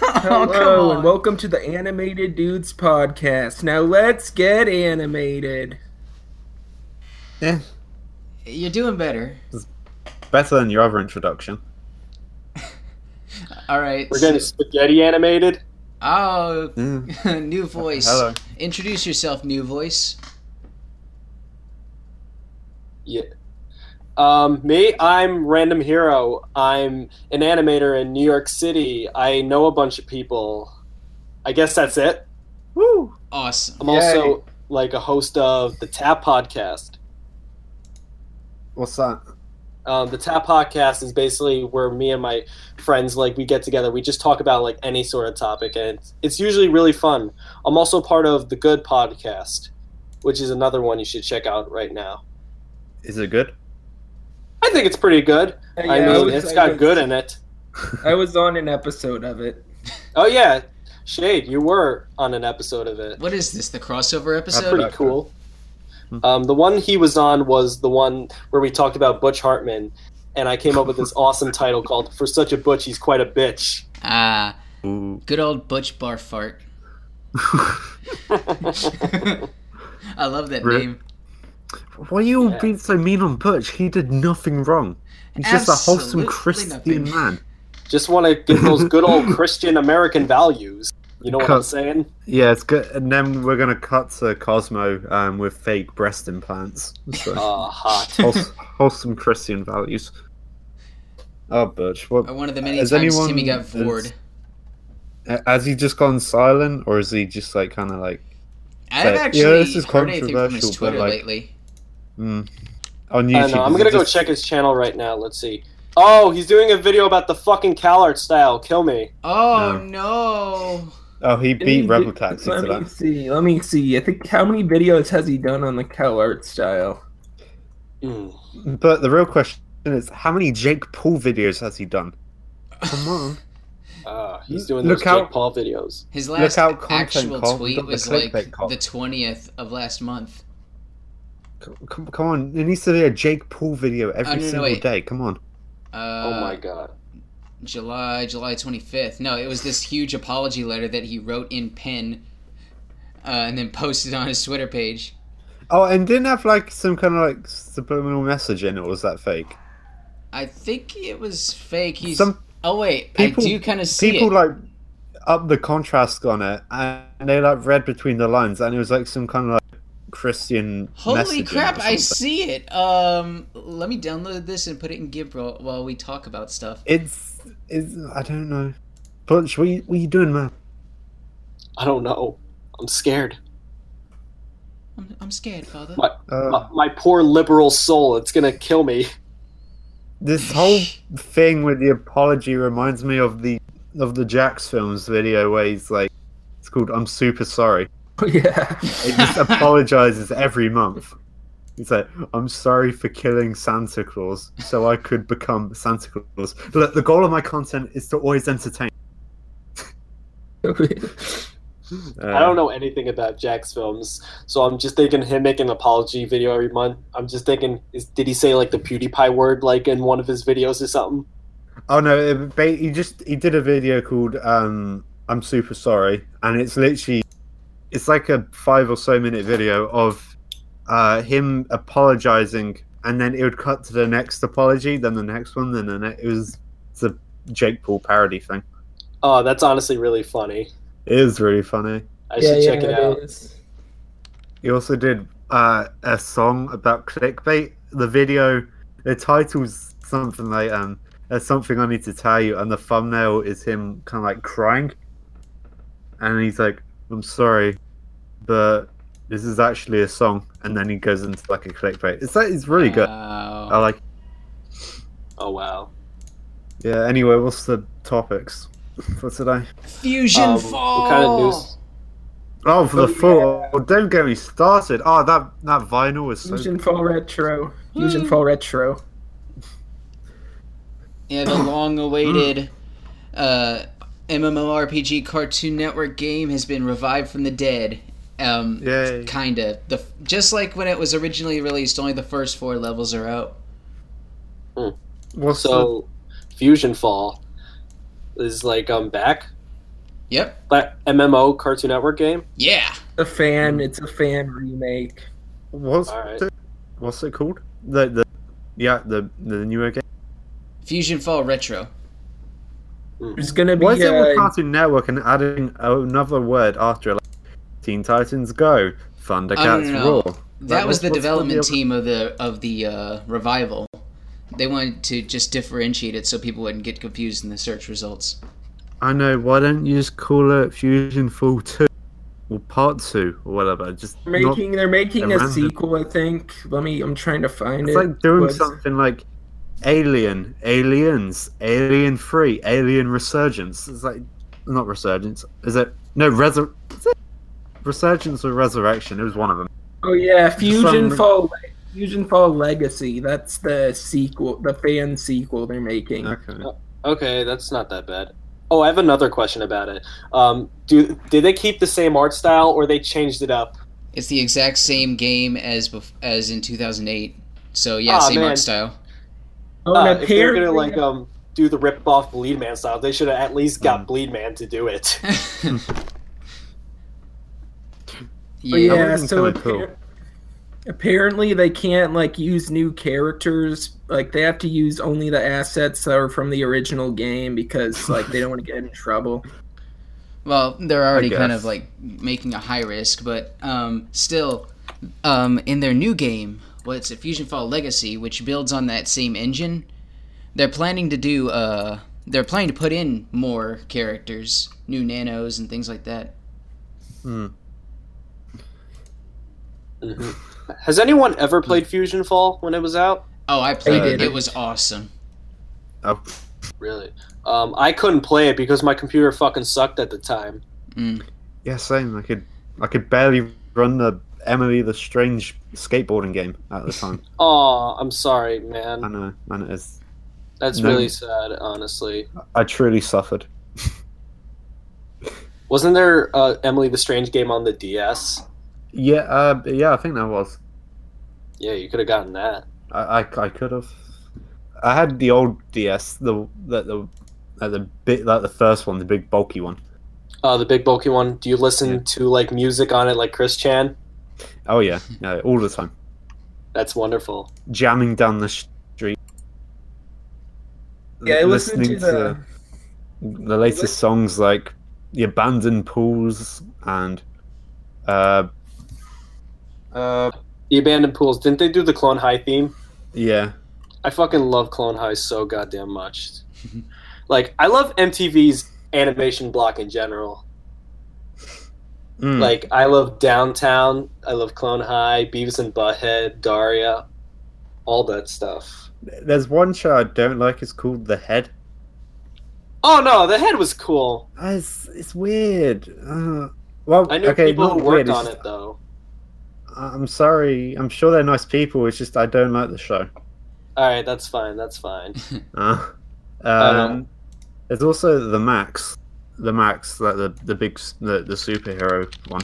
Hello, come and on. welcome to the Animated Dudes podcast. Now let's get animated. Yeah, You're doing better. better than your other introduction. All right. We're getting spaghetti animated. Oh, Mm. new voice. Hello. Introduce yourself, new voice. Yeah. Um, me, I'm Random Hero. I'm an animator in New York City. I know a bunch of people. I guess that's it. Woo! Awesome. I'm also like a host of the Tap Podcast. What's that? Um, the Tap Podcast is basically where me and my friends like we get together. We just talk about like any sort of topic, and it's, it's usually really fun. I'm also part of the Good Podcast, which is another one you should check out right now. Is it good? I think it's pretty good. I Yeah, mean, was- it's I got was- good in it. I was on an episode of it. Oh yeah, Shade, you were on an episode of it. What is this? The crossover episode? Pretty Okay. cool. Hmm. Um, the one he was on was the one where we talked about Butch Hartman, and I came up with this awesome title called "For Such a Butch, He's Quite a Bitch." Ah, Ooh. good old Butch Bar Fart. I love that Re- name. Why are you Yeah. being so mean on Butch? He did nothing wrong. He's just a wholesome Absolutely Christian nothing. man. Just want to give those good old Christian American values. You know what I'm Cause- saying? Yeah, it's good. And then we're gonna cut to Cosmo um, with fake breast implants. So, Ah, hot. whols- wholesome Christian values. Oh, Butch! What, Or one of the many Has times anyone- Timmy got bored. has- Oh. has he just gone silent, or is he just like kind of like? I haven't yeah, actually this is heard anything from controversial, but, his Twitter like, lately. Mm, on I YouTube, don't know. uh, I'm does he gonna go just- check his channel right now. Let's see. Oh, he's doing a video about the fucking CalArt style. Kill me. Oh, No. no. Oh, he Didn't he beat do- Rebel Taxi Let to me that. see. Let me see. I think how many videos has he done on the Cal Art style? Mm. But the real question is, how many Jake Paul videos has he done? Come on, Ah, he's doing Look those how- Jake Paul videos. His Look last out, content actual call. tweet Don't the was like clickbait call. the 20th of last month. C- come, come on! There needs to be a Jake Paul video every no, no, single wait. day. Come on. Uh, oh my god. July, July 25th. No, it was this huge apology letter that he wrote in pen uh, and then posted on his Twitter page. Oh, and didn't have like some kind of like subliminal message in it. Or was that fake? I think it was fake. He's, Some oh, wait. people- I do kind of see people it. like up the contrast on it, and they like read between the lines, and it was like some kind of like Christian. Holy messaging or crap, I something. see it. Um, Let me download this and put it in GIMP while- while we talk about stuff. It's, it's. I don't know. Punch, what you, what you doing, man? I don't know. I'm scared. I'm, I'm scared, Father. My- Uh, my, my poor liberal soul. It's gonna kill me. this whole thing with the apology reminds me of the of the Jax films video where he's like it's called I'm super sorry. yeah. He just apologizes every month. He's like, I'm sorry for killing Santa Claus so I could become Santa Claus. Look, the goal of my content is to always entertain. Uh. I don't know anything about Jack's films, so I'm just thinking him making an apology video every month. I'm just thinking, is, did he say like the PewDiePie word like in one of his videos or something? Oh no, it, ba- he just he did a video called um I'm super sorry and it's literally it's like a 5 or so minute video of uh him apologizing and then it would cut to the next apology, then the next one, then the next, it was it's a Jake Paul parody thing. Oh, that's honestly really funny. It is really funny. I should check it out. is. He also did uh, a song about clickbait. The video, the title's something like um, "There's something I need to tell you," and the thumbnail is him kind of like crying, and he's like, "I'm sorry, but this is actually a song." And then he goes into like a clickbait. It's like it's really good. Wow. I like. Oh wow. Yeah. Anyway, what's the topics for today? Fusion Um, Fall! What kind of news? Oh, for Oh, the fall. Don't get me started. Oh, that that vinyl is so. Fusion Fall Retro. Fusion Fall Retro. Yeah, the long-awaited uh, MMORPG Cartoon Network game has been revived from the dead. Um, Yay. kind of the f- just like when it was originally released, only the first four levels are out. What's the- So, Fusion Fall is like um back. Yep. That MMO Cartoon Network game. Yeah. A fan. It's a fan remake. What's Alright. it, what's it called? The the yeah the the newer game. Fusion Fall Retro. There's gonna be. Why is it with Uh, Cartoon Network and adding another word after it? Like, Teen Titans Go, Thundercats no, no. Roar. That Like, was what's- the what's development other- team of the of the uh, revival. They wanted to just differentiate it so people wouldn't get confused in the search results. I know. Why don't you just call it Fusion Full Two or Part Two or whatever? Just not- making. They're making they're a random. sequel. I think. Let me. I'm trying to find It's it. like doing What's- something like Alien, Aliens, Alien Free, Alien Resurgence. It's like not Resurgence. Is it no Resur? Is it Resurgence or Resurrection? It was one of them. Oh yeah, Fusion some- Fall. Le- Fusion Fall Legacy. That's the sequel. The fan sequel they're making. Okay. Okay, that's not that bad. Oh, I have another question about it. Um, do did they keep the same art style or they changed it up? It's the exact same game as bef- as in 2008. So yeah, Aw, same man. art style. Oh, Uh, and if they're gonna apparently- like um do the rip off Bleed Man style, they should have at least got Mm. Bleed Man to do it. But yeah. yeah, wouldn't so kinda cool. appar- apparently they can't like use new characters. Like they have to use only the assets that are from the original game because like they don't want to get in trouble. Well, they're already kind guess. of like making a high risk, but um, still, um, in their new game, what's it, Fusion Fall Legacy, which builds on that same engine, they're planning to do. Uh, they're planning to put in more characters, new nanos and things like that. Hmm. Mhm. Has anyone ever played Fusion Fall when it was out? Oh, I played Uh, it. they- It was awesome. Oh, Really? Um, I couldn't play it because my computer fucking sucked at the time. Mm. yeah, same. I could, I could barely run the Emily the Strange skateboarding game at the time. Oh, I'm sorry, I man. know, and it is. That's No. really sad, honestly. I truly suffered. Wasn't there uh, Emily the Strange game on the DS? Yeah, uh, yeah, I think that was. Yeah, you could have gotten that. I, I, I could have. I had the old DS, the the the, uh, the bit like the first one, the big bulky one. Uh, the big bulky one. Do you listen Yeah. to like music on it, like Chris Chan? Oh yeah, yeah, all the time, That's wonderful. jamming down the street. Yeah, I L- listened to listening the. the latest songs like the abandoned pools and uh, uh, The Abandoned Pools. Didn't they do the Clone High theme? yeah, I fucking love Clone High so goddamn much. like, I love MTV's animation block in general. Mm. Like I love Downtown, I love Clone High, Beavis and Butthead, Daria, all that stuff. there's one show I don't like. It's called The Head. Oh no, the head was cool. Uh, It's it's weird. Uh, well, I knew okay, people not who weird, worked it's on just- it though. I'm sorry. I'm sure they're nice people. It's just I don't like the show. All right, that's fine. That's fine. Uh, um, Um, there's also the Max, the Max, like the the big s- the, the superhero one.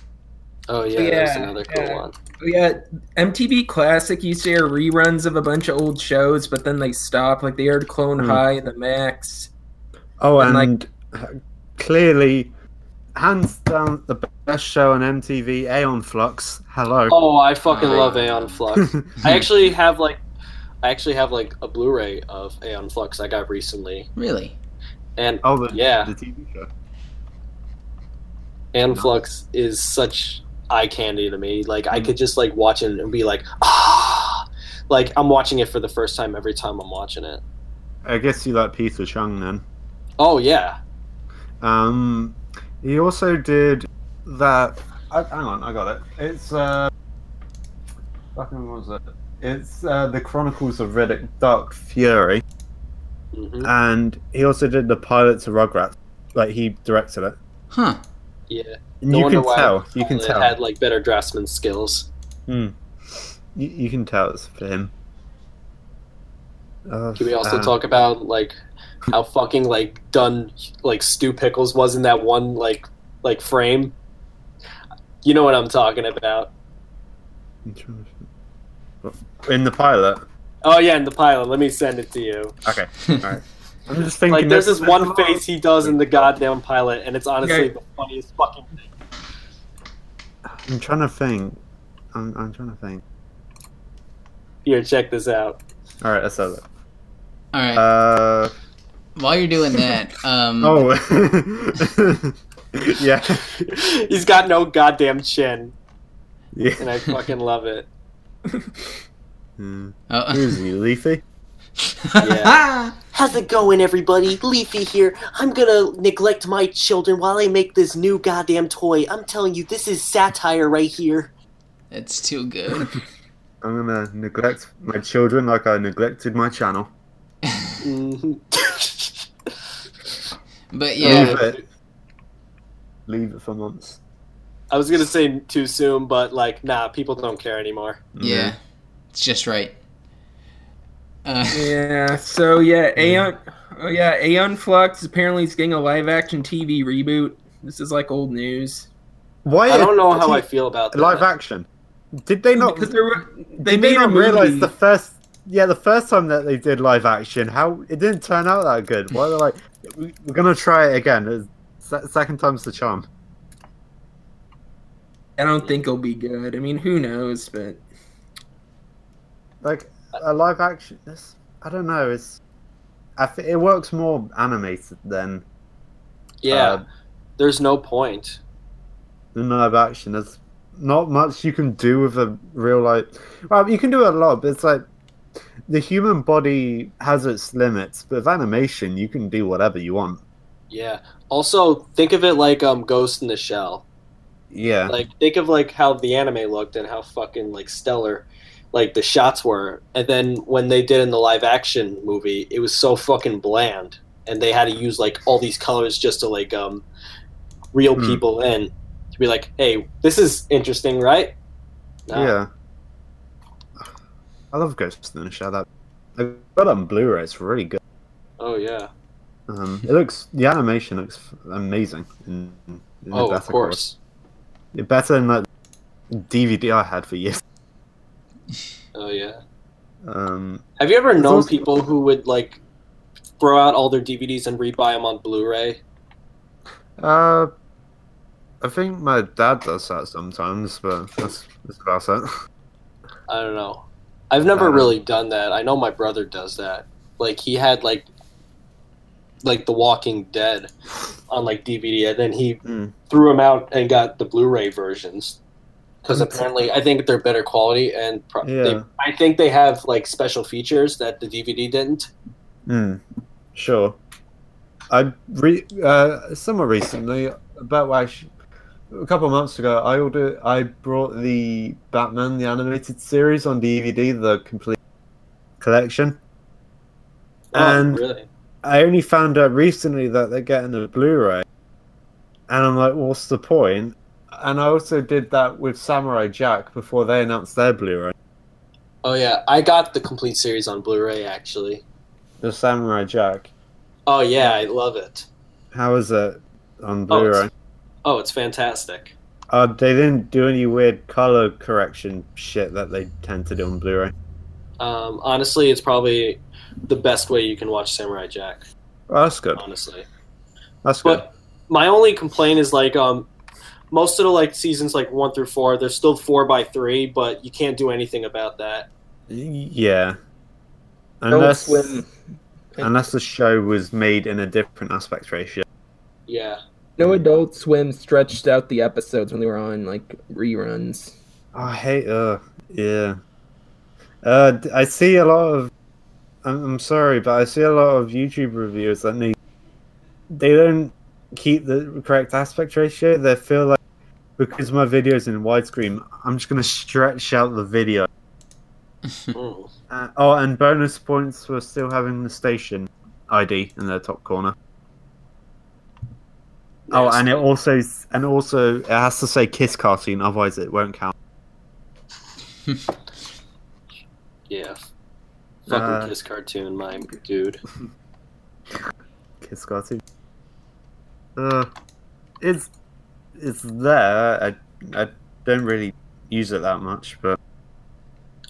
Oh yeah, that was Yeah, another cool yeah. one. Oh, yeah, MTV Classic used to air reruns of a bunch of old shows, but then they stopped. Like they aired Clone Hmm. High, The Max. Oh, And, and, like- uh, clearly, hands down, the best show on MTV, Aeon Flux. Hello. Oh, I fucking Alright. love Aeon Flux. I actually have like, I actually have like a Blu-ray of Aeon Flux I got recently, Really? and oh, the, Yeah. the TV show. Aeon Flux is such eye candy to me. Like I Mm-hmm. could just like watch it and be like, ah, like I'm watching it for the first time every time I'm watching it. I guess you like Peter Chung then. Oh yeah, Um, he also did that. I, hang on, I got it. It's uh, fucking what was it? It's uh, the Chronicles of Riddick Dark Fury, hmm and he also did the pilot to Rugrats. Like he directed it, Huh. yeah. and No you wonder can why tell. You can it tell. had like better draftsman skills. you, you can tell it's for him. Uh, Can we also uh, talk about like how fucking like done like Stew Pickles was in that one like like frame? You know what I'm talking about. I'm trying to- In the pilot. Oh yeah, in the pilot. Let me send it to you. Okay. All right. I'm just thinking. Like there's that- this one face he does in the goddamn pilot, and it's honestly Yeah. the funniest fucking thing. I'm trying to think. I'm, I'm trying to think. Here, check this out. All right, let's have it. All right. Uh While you're doing that, um, oh. yeah. He's got no goddamn chin, and Yeah. I fucking love it. Mm. oh. Who's he, Leafy? Yeah. How's it going, everybody? Leafy here. I'm gonna neglect my children while I make this new goddamn toy. I'm telling you, this is satire right here. it's too good. I'm gonna neglect my children like I neglected my channel. Mhm. But Leave yeah, it. Leave it for months. I was gonna say too soon, but like, nah, people don't care anymore. yeah, it's just right. Uh, Yeah. So yeah, Hmm. Aeon. Oh yeah, Aeon Flux apparently is getting a live action TV reboot. This is like old news. Why? I don't know how I feel about that. Live action. Did they not? Because there were, they They did made a not realize movie. the first. Yeah, the first time that they did live action, how it didn't turn out that good. Why they're like, "We- we're gonna try it again. It's- se- Second time's the charm. I don't think it'll be good. I mean, who knows? But Like a live action. It's, I don't know. It's. I th- it works more animated than yeah, uh, there's no point. than live action. There's not much you can do with a real life. Well, you can do a lot, but it's like the human body has its limits. But with animation, you can do whatever you want. Yeah. Also, think of it like um Ghost in the Shell. Yeah. Like think of like how the anime looked and how fucking like stellar like the shots were. And then when they did in the live action movie, it was so fucking bland and they had to use like all these colors just to like um reel Hmm. people in to be like, "Hey, this is interesting, right?" Nah. Yeah. I love Ghost in the Shell. That I got it on Blu-ray. It's really good. Oh yeah. Um, it looks the animation looks amazing. In, in the Oh, of better quality. course. It's better than that DVD I had for years. Oh yeah. Um, Have you ever It's known also- people who would like throw out all their DVDs and rebuy them on Blu-ray? uh, I think my dad does that sometimes, but that's, that's about it. I don't know. I've never Uh-huh. really done that. I know my brother does that. Like he had like like The Walking Dead on like DVD, and then he Mm. threw them out and got the Blu-ray versions because That's- apparently I think they're better quality and pro- Hmm. Yeah. they, I think they have like special features that the DVD didn't. Hmm. Sure. I re uh somewhat recently, about actually, a couple of months ago, I ordered. I brought the Batman the animated series on DVD, the complete collection, and Oh, really, I only found out recently that they're getting a Blu-ray, and I'm like, what's the point? And I also did that with Samurai Jack before they announced their Blu-ray. oh yeah, I got the complete series on Blu-ray actually. The Samurai Jack, Oh yeah, I love it. how is it on Oh, Blu-ray? it's- Oh, it's fantastic. Uh, they didn't do any weird color correction shit that they tend to do on Blu-ray. Um, honestly, it's probably the best way you can watch Samurai Jack. Oh, that's good. Honestly, That's good. but my only complaint is like um, most of the like seasons like one through four, they're still four by three, but you can't do anything about that. Yeah. don't Unless swim. unless the show was made in a different aspect ratio. Yeah, No Adult Swim stretched out the episodes when they were on like reruns. I hate. Uh, yeah. Uh, d- I see a lot of. I'm, I'm sorry, but I see a lot of YouTube reviews that need. They don't keep the correct aspect ratio. They feel like because my video's in widescreen, I'm just gonna stretch out the video. Mm. Uh, oh, and bonus points for still having the station ID in the top corner. Oh, and it also s- and also it has to say Kiss cartoon, otherwise it won't count. yeah, Uh, fucking kiss cartoon, my dude. Kiss cartoon. Uh, it's it's there. I I don't really use it that much, but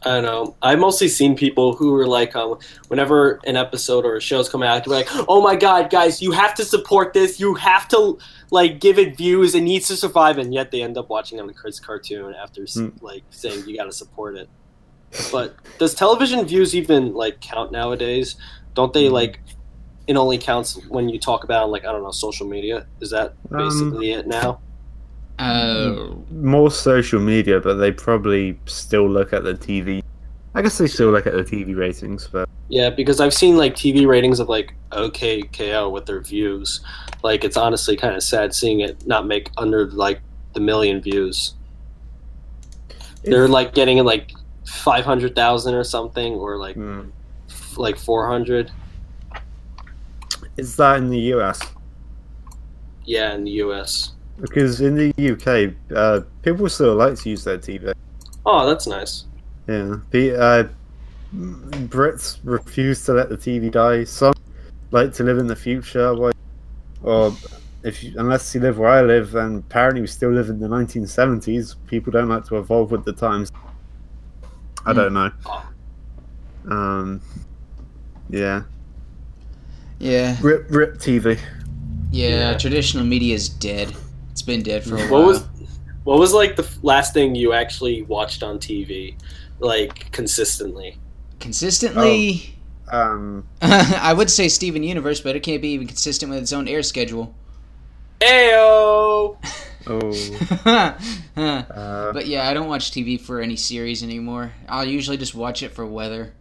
I don't know. I've mostly seen people who are like, um, whenever an episode or a show's coming out, they're like, "Oh my god, guys, you have to support this. You have to like give it views. It needs to survive." And yet they end up watching on a kids' cartoon after s Hmm. like saying you got to support it. But does television views even like count nowadays? Don't Hmm. they like? It only counts when you talk about like I don't know social media. Is that Um, basically it now? Uh, More social media, but they probably still look at the TV. I guess they still look at the TV ratings, but Yeah, because I've seen like TV ratings of like OKKO with their views. Like it's honestly kind of sad seeing it not make under like the million views. They're like getting like five hundred thousand or something, or like Hmm. f- like four hundred. is that in the US? Yeah, in the U.S. Because in the UK, uh, people still like to use their TV. Oh, that's nice. Yeah, the uh, Brits refuse to let the TV die. Some like to live in the future, like, or if you, unless you live where I live, and apparently we still live in the 1970s. People don't like to evolve with the times. I Hmm. don't know. Um, yeah, yeah, rip, rip TV. yeah. Yeah. Traditional media is dead. It's been dead for a while. What was what was like the f- last thing you actually watched on TV, like consistently? Consistently, Um, Oh. I would say Steven Universe, but it can't be even consistent with its own air schedule. Ayo. oh, Huh. uh, but yeah, I don't watch TV for any series anymore. I'll usually just watch it for weather.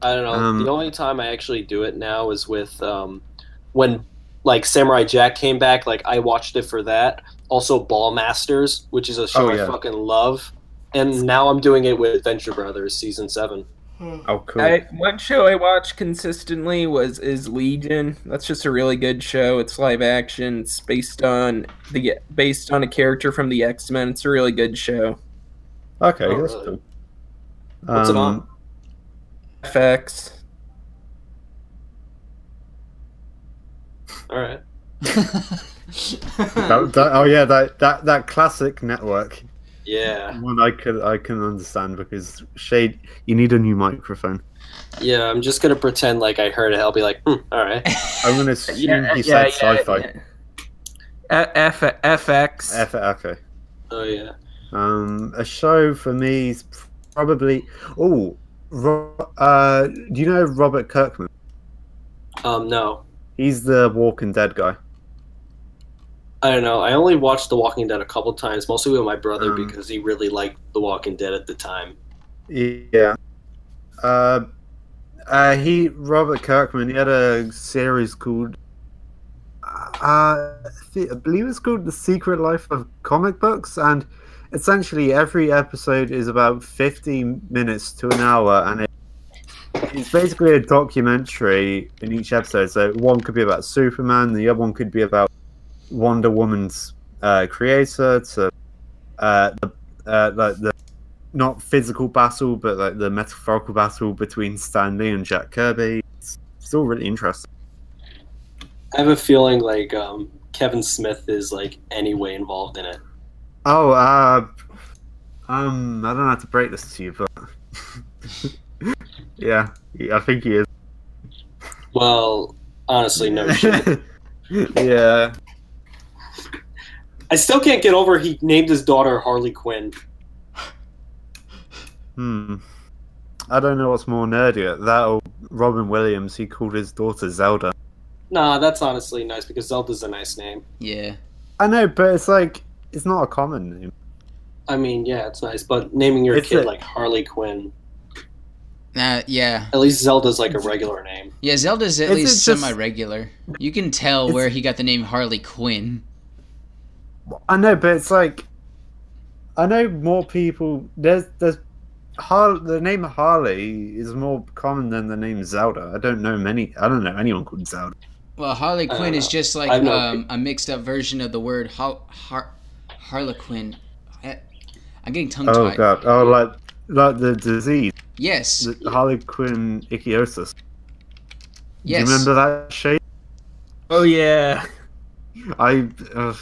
I don't know. Um, the only time I actually do it now is with um, when like Samurai Jack came back. Like I watched it for that. Also, Ball Masters, which is a show Oh, yeah. I fucking love, and now I'm doing it with Venture Brothers season seven. oh, cool. I, one show I watched consistently was is Legion. That's just a really good show. It's live action. It's based on the based on a character from the X Men. It's a really good show. okay, Oh, that's really? cool. Um, What's it on? FX. All right. That- that- oh yeah, that, that that classic network. Yeah, One I could I can understand because Shade, you need a new microphone. yeah. I'm just gonna pretend like I heard it. I'll be like, hmm, all right. I'm gonna assume you said sci-fi. F- FX. F- okay. Oh yeah. Um, a show for me is probably oh, Ro- uh, do you know Robert Kirkman? Um, no, He's the Walking Dead guy. I don't know. I only watched The Walking Dead a couple times, mostly with my brother Um, because he really liked The Walking Dead at the time. Yeah. Uh, uh, he Robert Kirkman. He had a series called. Uh, I believe it's called The Secret Life of Comic Books, and essentially every episode is about 15 minutes to an hour, and it, it's basically a documentary in each episode. So one could be about Superman, the other one could be about Wonder Woman's uh, creator, to uh, the, uh, like the not physical battle, but like the metaphorical battle between Stanley and Jack Kirby. It's still really interesting. I have a feeling like um, Kevin Smith is like anyway involved in it. Oh, uh, um, I don't know how to break this to you, but yeah, I think he is. Well, honestly, no shit. yeah, I still can't get over he named his daughter Harley Quinn. hmm. I don't know what's more nerdy. That or Robin Williams, he called his daughter Zelda. Nah, that's honestly nice because Zelda's a nice name. yeah. I know, but it's like it's not a common name. I mean, yeah, it's nice, but naming your It's kid a- like Harley Quinn, Nah, yeah. at least Zelda's like a regular name. Yeah, Zelda's at Is it least just- semi regular. You can tell It's- where he got the name Harley Quinn. I know, but it's like I know more people. There's there's Har- the name Harley is more common than the name Zelda. I don't know many. I don't know anyone called Zelda. Well, Harley don't Quinn is know. just like I've no um, a mixed up version of the word har- har- Harlequin. I- I'm getting tongue Oh tied. god. Oh, like like the disease, yes. the Harley Quinn ichthyosis. yes. Do you remember that shape? Oh yeah. I uh,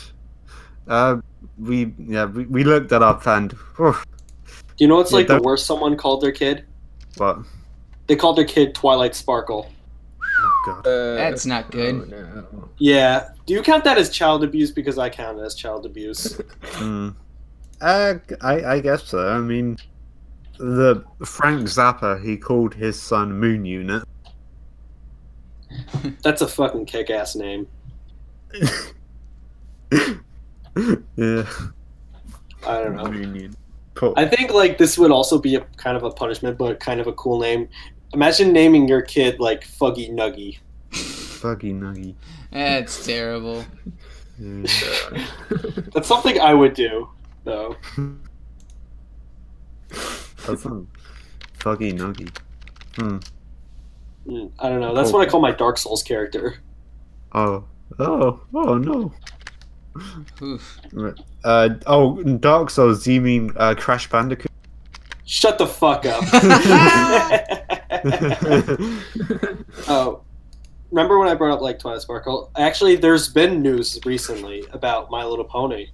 uh we yeah we, we looked that up and whew, Do you know what's Yeah, like the don't- worst someone called their kid? But They called their kid Twilight Sparkle. oh god, Uh, That's not good. oh, no. Yeah. Do you count that as child abuse? Because I count it as child abuse. Hmm. Uh, I I guess so. I mean, the Frank Zappa he called his son Moon Unit. That's a fucking kick ass name. yeah, I don't know. Moon Unit. Cool. I think like this would also be a kind of a punishment, but kind of a cool name. Imagine naming your kid like Fuggy Nuggy. Fuggy nuggy. That's terrible. Yeah. That's something I would do, though. That's some Fuggy nuggy. Hmm. Mm, I don't know. That's what I call my Dark Souls character. Oh. Oh. Oh no. Oof. Uh. Oh. in Dark Souls. Do you mean uh, Crash Bandicoot? Shut the fuck up. oh, remember when I brought up like Twilight Sparkle? Actually, there's been news recently about My Little Pony.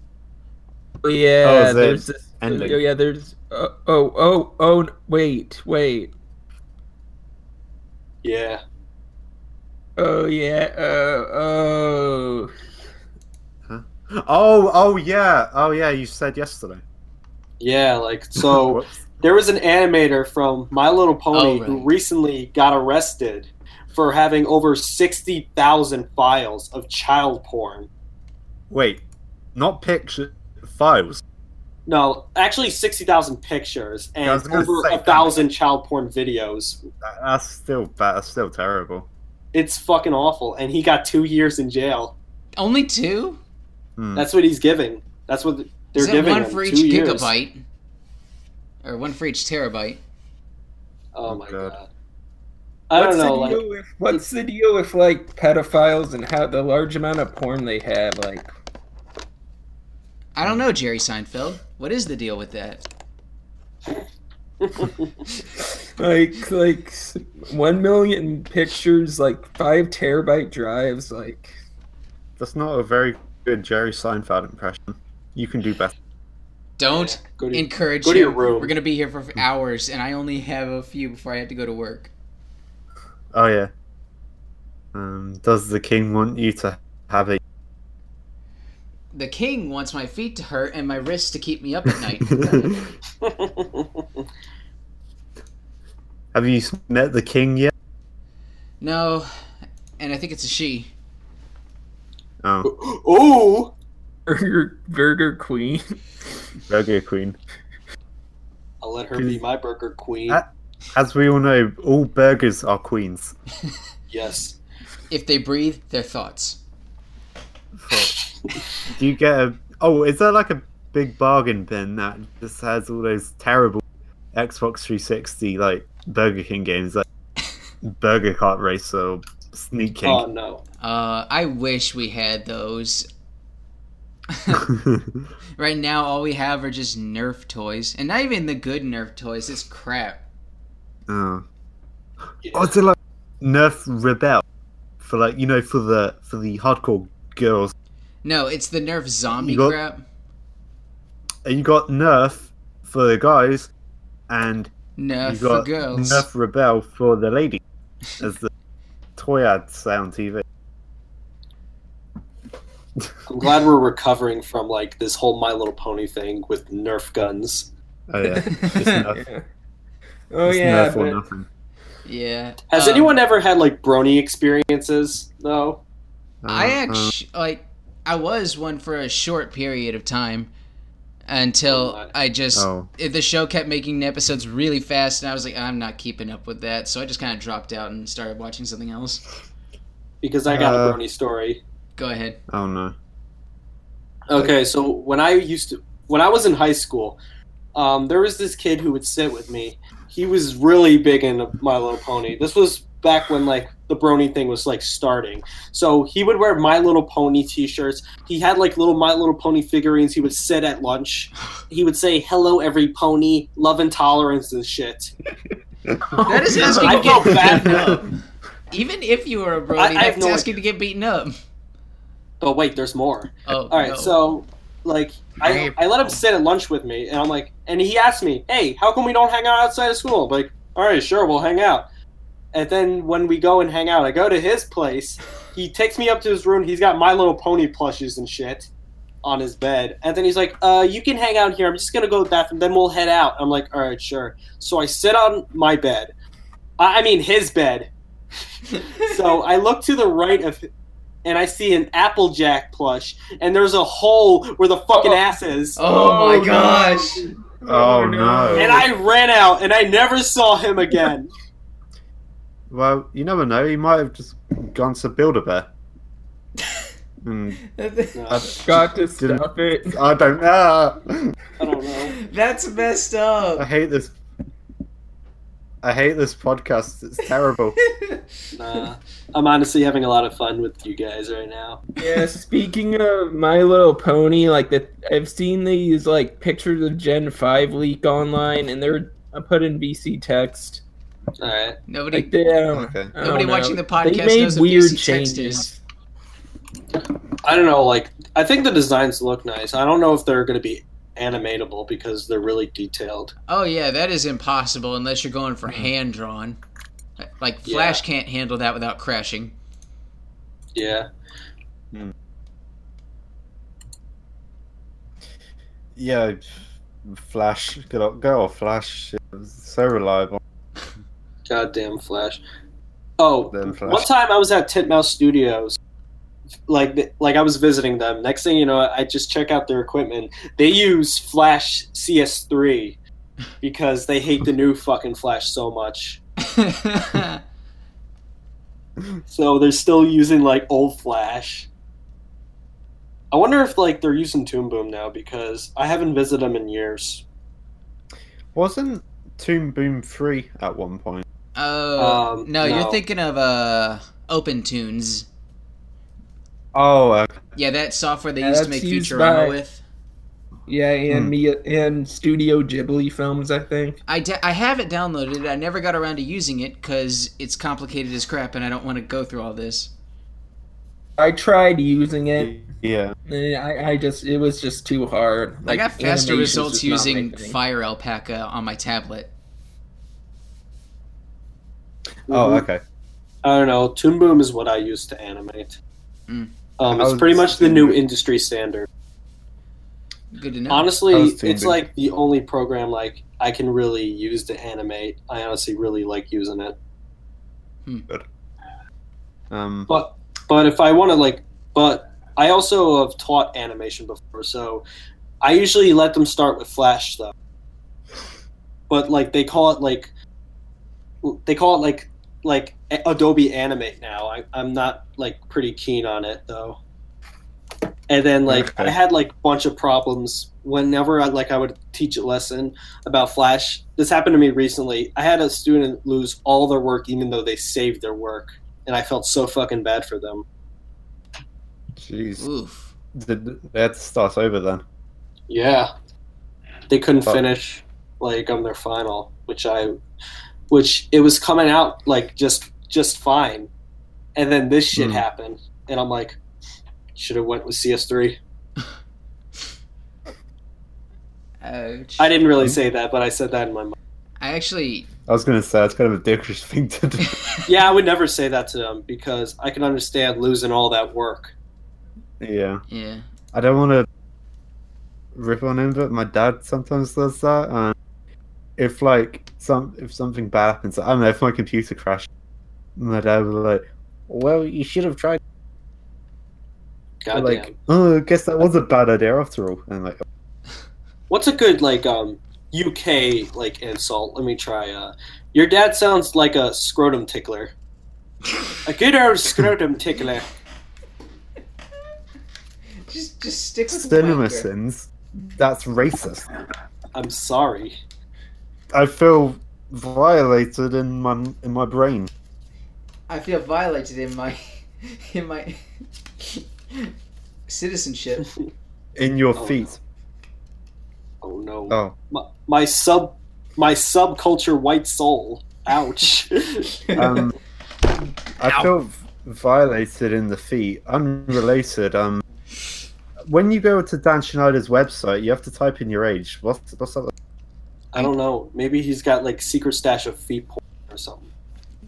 Oh, yeah, is it there's this. ending? Oh, yeah, there's. Oh, oh, oh, oh, n- wait, wait. Yeah, Oh, yeah, uh, oh, oh. oh. Oh yeah. Oh yeah. You said yesterday. yeah. Like so, Whoops. there was an animator from My Little Pony Oh, who right. recently got arrested for having over sixty thousand files of child porn. Wait. Not picture files. No, actually, sixty thousand pictures I and was gonna over say, a thousand child porn videos That- That's still bad. That's still terrible. It's fucking awful, and he got two years in jail. Only two? Hmm. That's what he's giving. That's what they're Is that giving one him. for each two years. gigabyte? Or one for each terabyte? Oh Oh, my god. God. I don't What's the know. Like, deal with- what's the deal with, like, pedophiles and how the large amount of porn they have? Like, I don't know, Jerry Seinfeld. What is the deal with that? like, like, s- one million pictures, like, five terabyte drives, like. That's not a very good Jerry Seinfeld impression. You can do better. Don't go to- encourage go to your him. room. We're gonna be here for hours, and I only have a few before I have to go to work. Oh yeah. Um. Does the king want you to have a? The king wants my feet to hurt and my wrists to keep me up at night. have you met the king yet? no, and I think it's a she. Oh, Ooh, Burger, Burger Queen. Burger Queen. I'll let her be my burger queen. Uh, As we all know, all burgers are queens. yes. If they breathe, their thoughts. Do you get a? Oh, is there like a big bargain bin that just has all those terrible Xbox 360 like Burger King games like Burger Kart Racer, or Sneak Oh King? no. Uh, I wish we had those. Right now, all we have are just Nerf toys, and not even the good Nerf toys. It's crap. oh. Yeah. oh, to like Nerf Rebel for like you know for the for the hardcore girls. No, it's the Nerf zombie You got- crap. And you got Nerf for the guys, and Nerf you got for girls. Nerf Rebel for the lady, as the toy ad sound TV. I'm glad we're recovering from like this whole My Little Pony thing with Nerf guns. Oh yeah. Just Nerf. Yeah. Oh, Just yeah. Nerf or but- nothing. Yeah. Has um, anyone ever had like brony experiences though? I Uh, actually like I was one for a short period of time until Oh, my. I just Oh. it- the show kept making episodes really fast and I was like I'm not keeping up with that so I just kind of dropped out and started watching something else. Because I got a Uh, brony story. Go ahead. Oh no. Okay, so when I used to, when I was in high school, um, there was this kid who would sit with me. He was really big into My Little Pony. This was back when like the Brony thing was like starting. So he would wear My Little Pony T-shirts. He had like little My Little Pony figurines. He would sit at lunch. He would say, "Hello, every pony, love and tolerance and shit." That is Oh, asking I to get felt bad beaten for up. Even if you were a brody, I have that's no asking to get beaten up. But wait, there's more. Oh, All right, no. so like I, I let him sit at lunch with me, and I'm like, and he asked me, "Hey, how come we don't hang out outside of school?" I'm like, all right, sure, we'll hang out. And then when we go and hang out, I go to his place. He takes me up to his room. He's got My Little Pony plushes and shit on his bed. And then he's like, uh, "You can hang out here. I'm just gonna go to the bathroom. Then we'll head out." I'm like, "All right, sure." So I sit on my bed. I, I mean, his bed. so I look to the right of and I see an Applejack plush, and there's a hole where the fucking Oh. ass is. Oh, Oh, my no. gosh. Oh, no. And I ran out, and I never saw him again. Well, you never know. He might have just gone to Build a Bear. and No, I, got to Didn't- stop it. I don't ah! know. I don't know. That's messed I up. hate this. I hate this podcast. It's terrible. Nah, I'm honestly having a lot of fun with you guys right now. Yeah, speaking of My Little Pony, like that, I've seen these like pictures of Gen Five leak online, and they're I put in VC text. All right. Like Nobody they, um, okay. I don't Nobody know. watching the they podcast made knows what weird VC text changes. I don't know. Like, I think the designs look nice. I don't know if they're going to be animatable because they're really detailed. Oh yeah, that is impossible unless you're going Mm-hmm. for hand drawn. Like Yeah. Flash can't handle that without crashing. Yeah. Yeah, Flash. Good old, good old Flash. It was so reliable. Goddamn Flash. Oh, Then Flash. One time I was at Titmouse Studios, like th- like I was visiting them. Next thing you know, I just check out their equipment. They use Flash CS3 because they hate the new fucking Flash so much. So they're still using like old Flash. I wonder if like they're using Toon Boom now because I haven't visited them in years. Wasn't Tomb Boom three at one point? Oh Um, no, you're no. thinking of uh Open Tunes. Oh, uh, Yeah, that software they Yeah, used to make that's used Futurama by- with. Yeah, and Hmm. me and Studio Ghibli films, I think. I, de- I have it downloaded. I never got around to using it because it's complicated as crap, and I don't want to go through all this. I tried using it, yeah. and I, I just it was just too hard. I got faster animations results was not using making it. Fire Alpaca on my tablet. Oh, Mhm. okay. I don't know. Toon Boom is what I use to animate. Mm. Um, How's it's pretty much the Toon new Boom? industry standard. Good to know. Honestly, How's Toon it's Boom? like the only program like I can really use to animate. I honestly really like using it. Um, But but if I want to like, but I also have taught animation before, so I usually let them start with Flash though. But like they call it like they call it like like A- Adobe Animate now. I, I'm not like pretty keen on it though. And then like Okay. I had like a bunch of problems whenever I like I would teach a lesson about Flash. This happened to me recently. I had a student lose all their work even though they saved their work, and I felt so fucking bad for them. jeez, Oof. Did- they had to start over then. Yeah. They couldn't Fuck. finish like on their final, which I which it was coming out like just just fine. And then this shit Hmm. happened and I'm like should have went with CS3. Ouch. I didn't Hmm. really say that, but I said that in my mind. I actually. I was gonna say it's kind of a dickish thing to do. Yeah, I would never say that to them because I can understand losing all that work. yeah. yeah. I don't want to rip on him, but my dad sometimes does that. And if like some if something bad happens, I don't know if my computer crashed, my dad was like, "Well, you should have tried." Goddamn. like, oh, I guess that was a bad idea after all. And like, What's a good like um UK like insult? Let me try uh your dad sounds like a scrotum tickler. A good old scrotum tickler. Just just stick with cinema sins. That's racist. I'm sorry. I feel violated in my in my brain. I feel violated in my in my citizenship. In your Oh, feet. Oh no. Oh, My, my sub my subculture white soul. Ouch. um, I Ow. felt violated in the feet. Unrelated. Um, when you go to Dan Schneider's website, you have to type in your age. What's what's that? I don't know. Maybe he's got like secret stash of feet porn or something.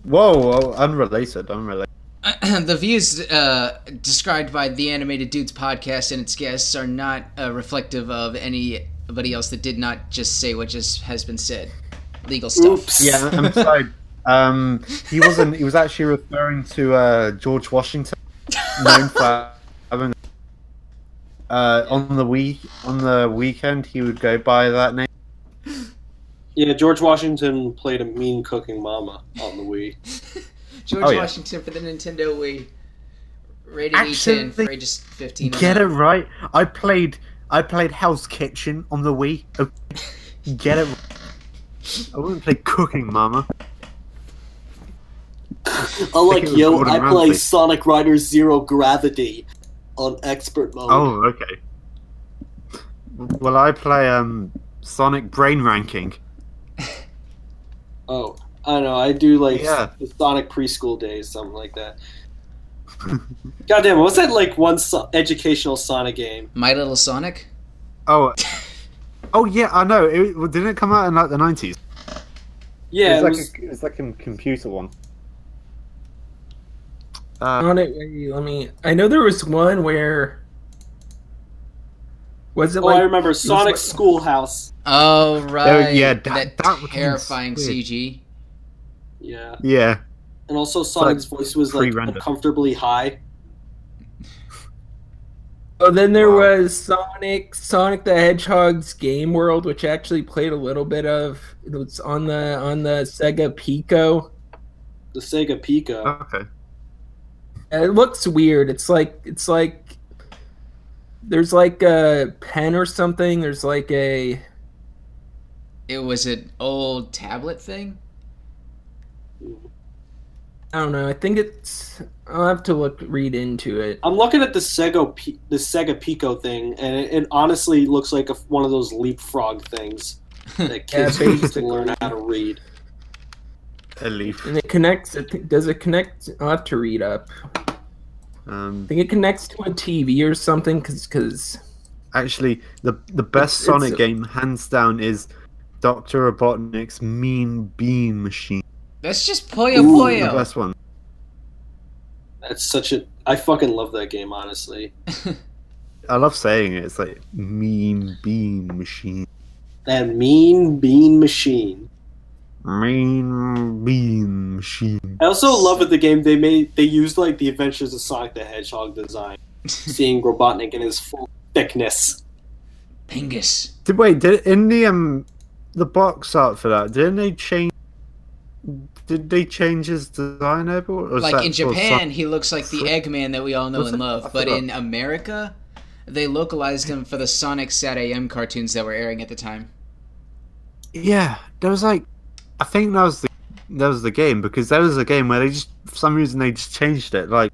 Whoa, whoa, unrelated, unrelated. the views uh, described by the Animated Dudes podcast and its guests are not uh, reflective of anybody else that did not just say what just has been said. Legal stuff. Oops. Yeah, I'm sorry. Um, he wasn't. He was actually referring to uh, George Washington, known for having uh, on the week on the weekend he would go by that name. Yeah, George Washington played a mean cooking mama on the Wii. George Oh, yeah. Washington for the Nintendo Wii. Rated E10 Actually, for ages 15. and Get it up. right. I played. I played House Kitchen on the Wii. Okay. Get it. right. I wouldn't play Cooking Mama. Oh, like, Think like it was yo, yo, Gordon I I play play Ramsay. Sonic Rider Zero Gravity on expert mode. Oh, okay. Well, I play um Sonic Brain Ranking. Oh, I don't know. I do like Yeah. the Sonic preschool days, something like that. Goddamn, what's that like one so- educational Sonic game? My Little Sonic? Oh, oh yeah, I know. It well, didn't it come out in like the nineties. Yeah, it it's like was- a, it's like a computer one. Uh, on it. wait, Let me. I know there was one where was it oh, like I remember was Sonic like- Schoolhouse. Oh, right. yeah, that- that was terrifying weird. CG. Yeah, yeah, and also Sonic's voice was like pre-rendered. uncomfortably high. Oh, then there Wow. was Sonic, Sonic the Hedgehog's Game World, which I actually played a little bit of. It was on the on the Sega Pico. The Sega Pico. Oh. okay. And It looks weird. It's like it's like there's like a pen or something. There's like a It was an old tablet thing? I don't know. I think it's I'll have to look read into it. I'm looking at the Sega P- the Sega Pico thing, and it, it honestly looks like a, one of those leapfrog things that kids Yeah, use to basically. learn how to read. A leaf. And it connects. It, does it connect? I'll have to read up. I Um, think it connects to a TV or something. Because because actually, the the best It's- Sonic it's- game, hands down, is Doctor Robotnik's Mean Bean Machine. That's just Poyo Ooh, The Poyo. best one. That's such a I fucking love that game, honestly. I love saying it. It's like Mean Bean Machine. That mean bean machine. Mean Bean Machine. I also love with the game they made they used like the Adventures of Sonic the Hedgehog design, seeing Robotnik in his full thickness. Pingus. Did wait? Did in the um the box art for that? Didn't they change? Did they change his design ever? Or was Like that in for Sonic? Japan, he looks like the Eggman that we all know What's and that? I love. But forgot. in America, they localized him for the Sonic Sat AM cartoons that were airing at the time. Yeah, there was like, I think that was the that was the game because there was a game where they just for some reason they just changed it. Like,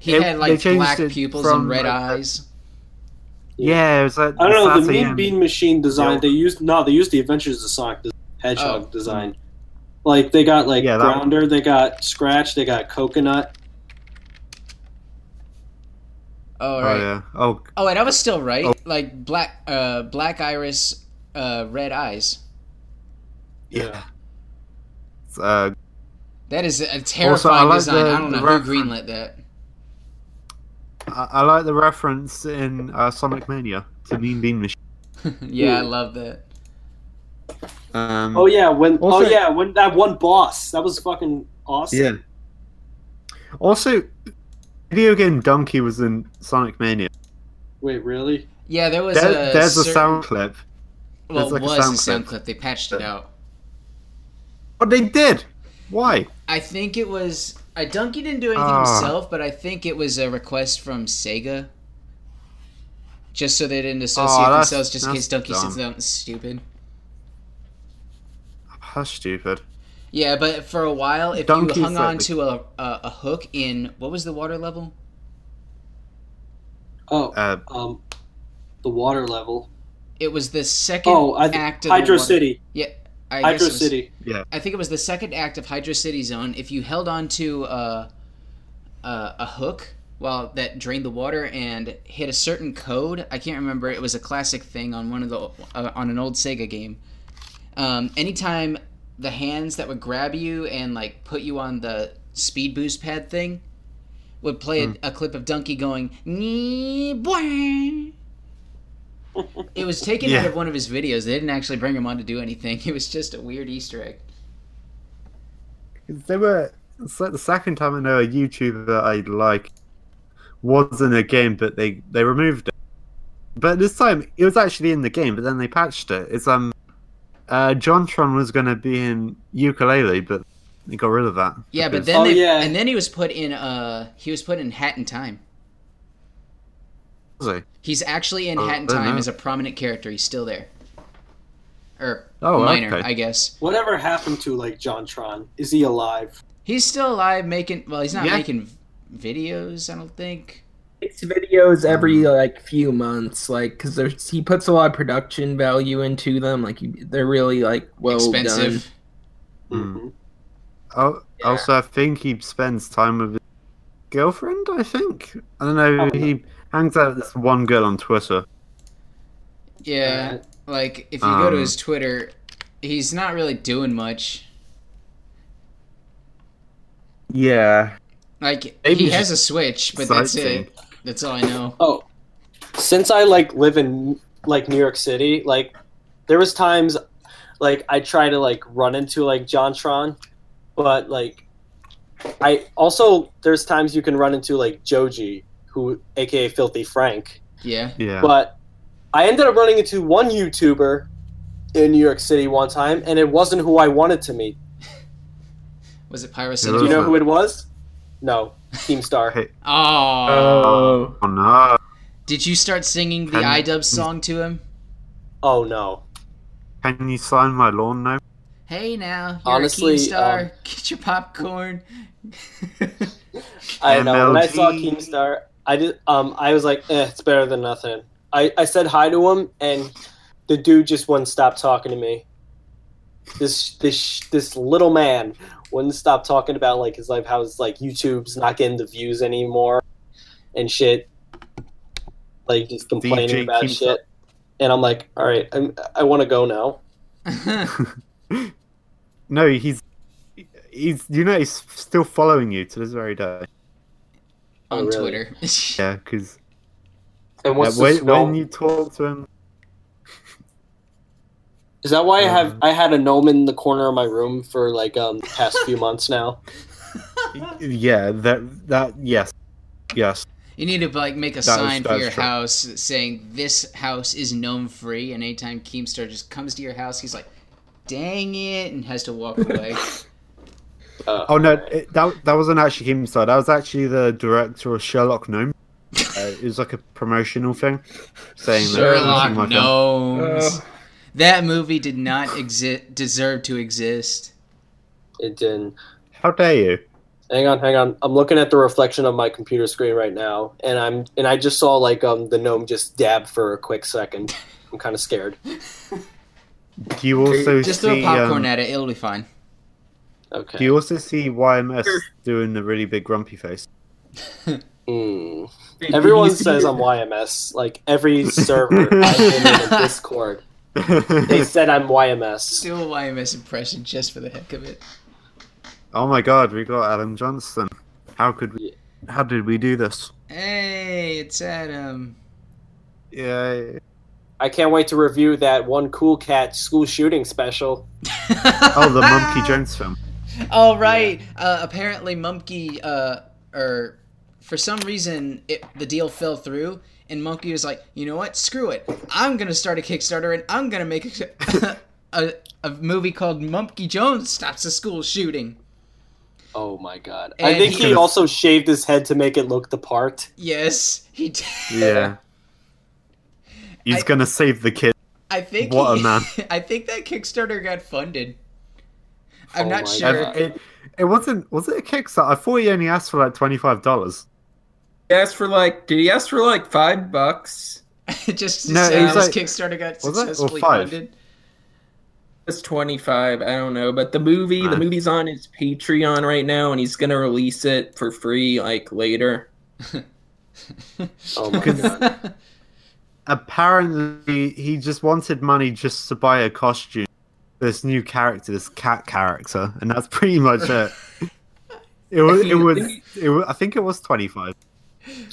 He They- had they like changed black it pupils from, and red like, a- eyes. yeah, it was like I don't know, the Saturday mean and- bean machine design Yeah. they used no, they used the Adventures of Sonic the Hedgehog Oh. design. Like they got like Yeah, that one. Grounder, they got Scratch, they got Coconut. Oh, Oh right. yeah. Oh, Oh, and I was still right. Oh. Like black, uh, black iris, uh, red eyes. yeah. It's, Uh, That is a terrifying like design. the- I don't know the who reference. greenlit that. I, I like the reference in uh, Sonic Mania to Mean Bean Machine. yeah, I Ooh. love that. Um, Oh yeah, when Also- oh yeah, when that one boss. That was fucking awesome. yeah. Also, video game Donkey was in Sonic Mania. Wait, really? Yeah, there was There, a there's a certain- sound clip. Well, there's like a was sound a sound clip. clip. They patched it out. But Oh, they did. Why? I think it was. I Donkey didn't do anything Ah. himself, but I think it was a request from Sega. Just so they didn't associate Ah, that's- themselves, just in that's case Donkey dumb. said something stupid. That's stupid. Yeah, but for a while, if Donkey's you hung like- on to a, a a hook in what was the water level? Oh, Uh, um, the water level. It was the second Oh, I th- act of the Hydro water- City. Yeah, I guess Hydro it was- City. I think it was the second act of Hydro City Zone. If you held on to uh, uh, a hook while that drained the water and hit a certain code. I can't remember. It was a classic thing on one of the uh, on an old Sega game. Um, anytime the hands that would grab you and like put you on the speed boost pad thing would play a- a, clip of Donkey going "Nee, boing." It was taken out Yeah. of one of his videos. They didn't actually bring him on to do anything. It was just a weird Easter egg. 'Cause They were. It's like the second time I know a YouTuber I like wasn't a game, but they they removed it. But this time it was actually in the game, but then they patched it. It's um, uh, Jontron was going to be in ukulele, but they got rid of that. Yeah, but because- then Oh, they, yeah. and then he was put in uh he was put in Hat in Time. Was he? He's actually in Oh, Hat in I don't Time know. as a prominent character. He's still there. Or Oh, minor, okay. I guess. Whatever happened to like Jontron? Is he alive? He's still alive making well, he's not Yeah. making videos, I don't think. It's videos every like few months, like because there's he puts a lot of production value into them. Like you, they're really like well Expensive. done. Hmm. Mhm. Oh, Yeah. Also, I think he spends time with his girlfriend. I think I don't know. Oh. He hangs out with this one girl on Twitter. Yeah. Alright. Like if you go to Um, his Twitter, he's not really doing much. Yeah, Like Maybe he he's has a switch, but that's it. That's all I know. Oh, since I like live in like New York City, like there was times like I try to like run into like Jontron, but like I also there's times you can run into like Joji, who aka Filthy Frank. Yeah. Yeah, But I ended up running into one YouTuber in New York City one time, and it wasn't who I wanted to meet. Was it Do you Pyrocindia? Hello? know who it was? No, Keemstar. Hey. Oh. Oh, oh no, Did you start singing the Can- iDub song to him? Oh no. can you sign my lawn now? Hey now, you're Honestly, a Keemstar. um, Get your popcorn. I know. When I saw MLG. Keemstar, I did. Um, I was like, eh, it's better than nothing. I, I said hi to him, and the dude just wouldn't stop talking to me. This this this little man wouldn't stop talking about like his life, how his like YouTube's not getting the views anymore, and shit. Like just complaining DJ about Keemstar. shit, and I'm like, all right, I'm, I want to go now. No, he's he's you know he's still following you to this very day. Oh, On really? Twitter. Yeah, because And what's the Uh, when, snow- when you talk to him, Is that why I have Mhm. I had a gnome in the corner of my room for like um the past few months now? yeah, that that yes, yes, You need to like make That a is- sign for that's your true. house saying this house is gnome free, and anytime Keemstar just comes to your house, he's like, "Dang it!" and has to walk away. Uh, Oh no, it, that that wasn't actually him. So that was actually the director of Sherlock Gnome. Uh, it was like a promotional thing, saying that it was in my film. Sherlock Gnomes. Oh. That movie did not exi- deserve to exist. It didn't. How dare you? Hang on, hang on. I'm looking at the reflection of my computer screen right now, and I'm and I just saw like um the gnome just dab for a quick second. I'm kind of scared. Do you also Just see? throw popcorn um, at it; it'll be fine. Okay. do you also see YMS doing the really big grumpy face? Mm. Did Everyone you see says it? I'm YMS. Like every server I've been in in Discord, they said I'm YMS. Do a YMS impression just for the heck of it. oh my god, we got Adam Johnson. How could we? How did we do this? Hey, it's Adam. Yeah, I can't wait to review that one cool cat school shooting special. Oh, the Monkey Jones film. All right. Uh, apparently, Monkey, uh, or for some reason, it, the deal fell through, and Monkey was like, "You know what? Screw it. I'm gonna start a Kickstarter, and I'm gonna make a a, a movie called Monkey Jones stops a school shooting." Oh my god! I And think he- he also shaved his head to make it look the part. Yes, he did. Yeah. He's I- gonna save the kid. I think. What a he- man. I think that Kickstarter got funded. I'm Oh not my sure. God. It, it wasn't. Was it a Kickstarter? I thought he only asked for like twenty five dollars. He asked for like did he ask for like five bucks? It just No, it says was like- Kickstarter got was it? Or successfully five? funded. It's twenty five. I don't know, but the movie the Right. movie's on his Patreon right now, and he's gonna release it for free like later. Oh my god. Apparently, he just wanted money just to buy a costume. This new character, this cat character, and that's pretty much it. It was. It was. It was I think it was twenty-five.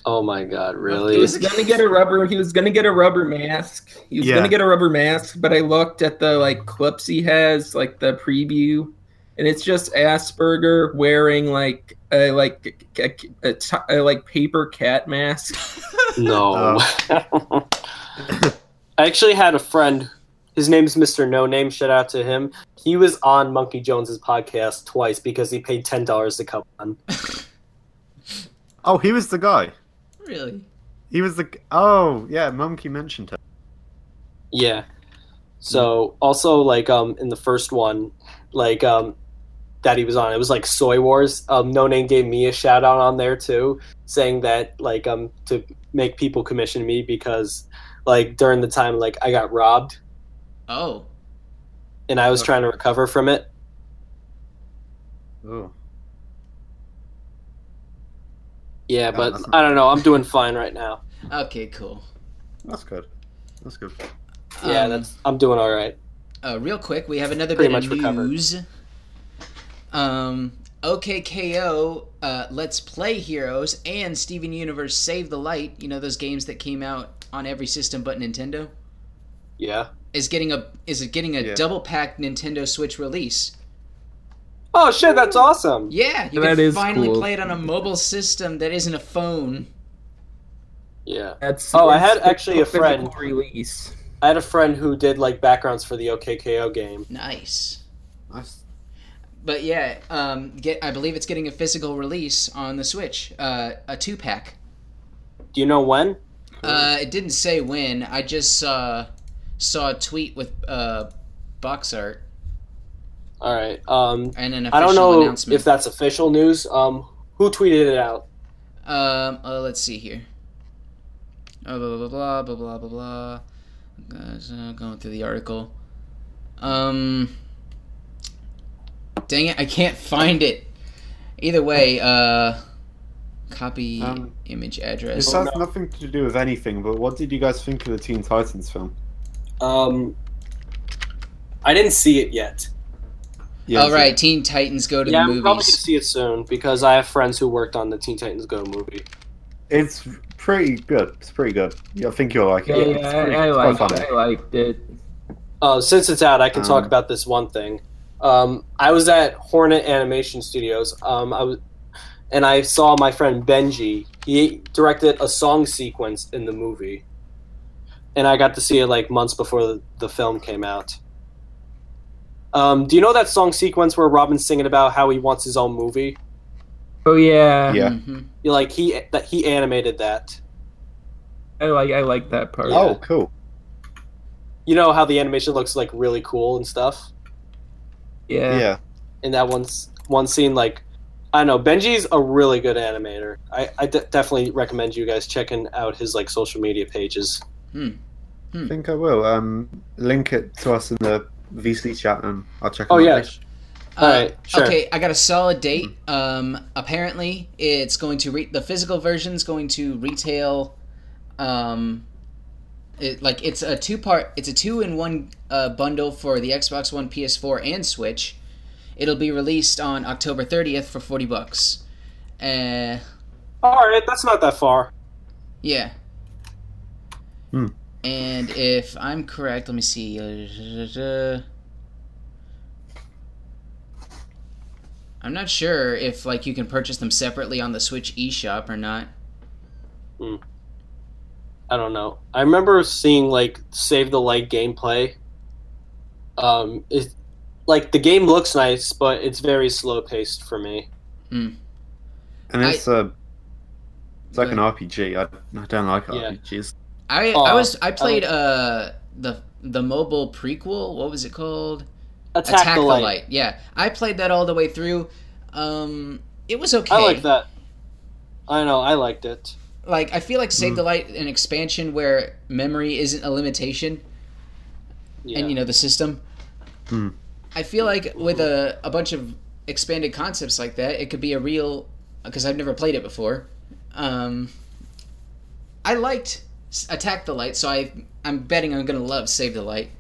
Oh my god, He really? was gonna get a rubber. He was gonna get a rubber mask. He was Yeah. gonna get a rubber mask, but I looked at the like clips he has, like the preview, and it's just Asperger wearing like a like a, a, t- a, like paper cat mask. No. I actually had a friend. His name's Mr. No Name. Shout out to him. He was on Monkey Jones's podcast twice because he paid ten dollars to come on. Oh, he was the guy. really? He was the. Oh yeah, Monkey mentioned him. Yeah. So also like um in the first one, like um that he was on, it was like Soy Wars. Um No Name gave me a shout out on there too, saying that like um to make people commission me because like during the time like I got robbed Oh, and I was Okay. trying to recover from it. Oh. Yeah, Yeah, but that's not- I don't know, I'm doing fine right now. okay, cool. That's good. That's good. Yeah, Um, that's I'm doing all right. uh, real quick, we have another Pretty bit of much recovered. news. Um, OKKO, uh, Let's Play Heroes, and Steven Universe Save the Light, you know, those games that came out on every system but Nintendo, Yeah. is getting a is it getting a Yeah. double pack Nintendo Switch release. Oh shit, that's awesome. Yeah, you That can is finally cool. play it on a mobile system that isn't a phone. Yeah. That's Oh, I had it's the actually a friend- physical release. I had a friend who did like backgrounds for the OKKO game. Nice. Nice. But yeah, um, get I believe it's getting a physical release on the Switch, uh, a two pack. Do you know when? Uh, it didn't say when. I just saw saw a tweet with uh, box art All right. Um and an I official don't know announcement. if that's official news. Um, who tweeted it out? um, uh, let's see here. Oh, blah blah blah blah blah blah blah. blah. Guys, uh, going through the article. Um, dang it, I can't find it. Either way, uh, copy Um, image This address. has nothing to do with anything. But what did you guys think of the Teen Titans film? Um, I didn't see it yet. All right, Teen Titans go to the yeah, I'm probably gonna movies. see it soon because I have friends who worked on the Teen Titans Go movie. It's pretty good. It's pretty good. Yeah, I think you'll like Yeah, it. it's pretty, I, I it's liked quite funny. it. I liked it. Uh, since it's out, I can talk Um. about this one thing. Um, I was at Hornet Animation Studios. Um, I was, and I saw my friend Benji. He directed a song sequence in the movie, and I got to see it like months before the, the film came out. Um, do you know that song sequence where Robin's singing about how he wants his own movie? Oh yeah, Yeah. Mhm. You Like he that he animated that. I like I like that part. Oh, cool. You know how the animation looks like really cool and stuff. yeah. Yeah. in that one s- one scene. Like, I don't know Benji's a really good animator. I, I de- definitely recommend you guys checking out his like social media pages. I think I will. Um, link it to us in the VC chat, and I'll check. Oh it out. yeah, all Uh, right, sure. Mm-hmm. Okay, I got a solid date. Um, apparently, it's going to re- the physical version's going to retail. Um, it, like it's a two part, it's a two in one uh, bundle for the Xbox One, PS4, and Switch. It'll be released on October 30th for 40 bucks. Uh, All right, that's not that far. yeah. Hmm. And if I'm correct, let me see. uh, I'm not sure if like you can purchase them separately on the Switch eShop or not. I don't know. I remember seeing like Save the Light gameplay. Um, it like the game looks nice, but it's very slow paced for me. And I- it's uh, it's like an RPG. I, I don't like Yeah. RPGs. I I Aw, was I don't- played uh the the mobile prequel. What was it called? Attack, the, light. Yeah, I played that all the way through. Um, it was okay. I like that. I know. I liked it. like I feel like Save the Light an expansion where memory isn't a limitation. Yeah. and you know the system. Hmm. I feel like with a, a bunch of expanded concepts like that, it could be a real because I've never played it before. Um, I liked S- Attack the Light, so I I'm betting I'm gonna love Save the Light.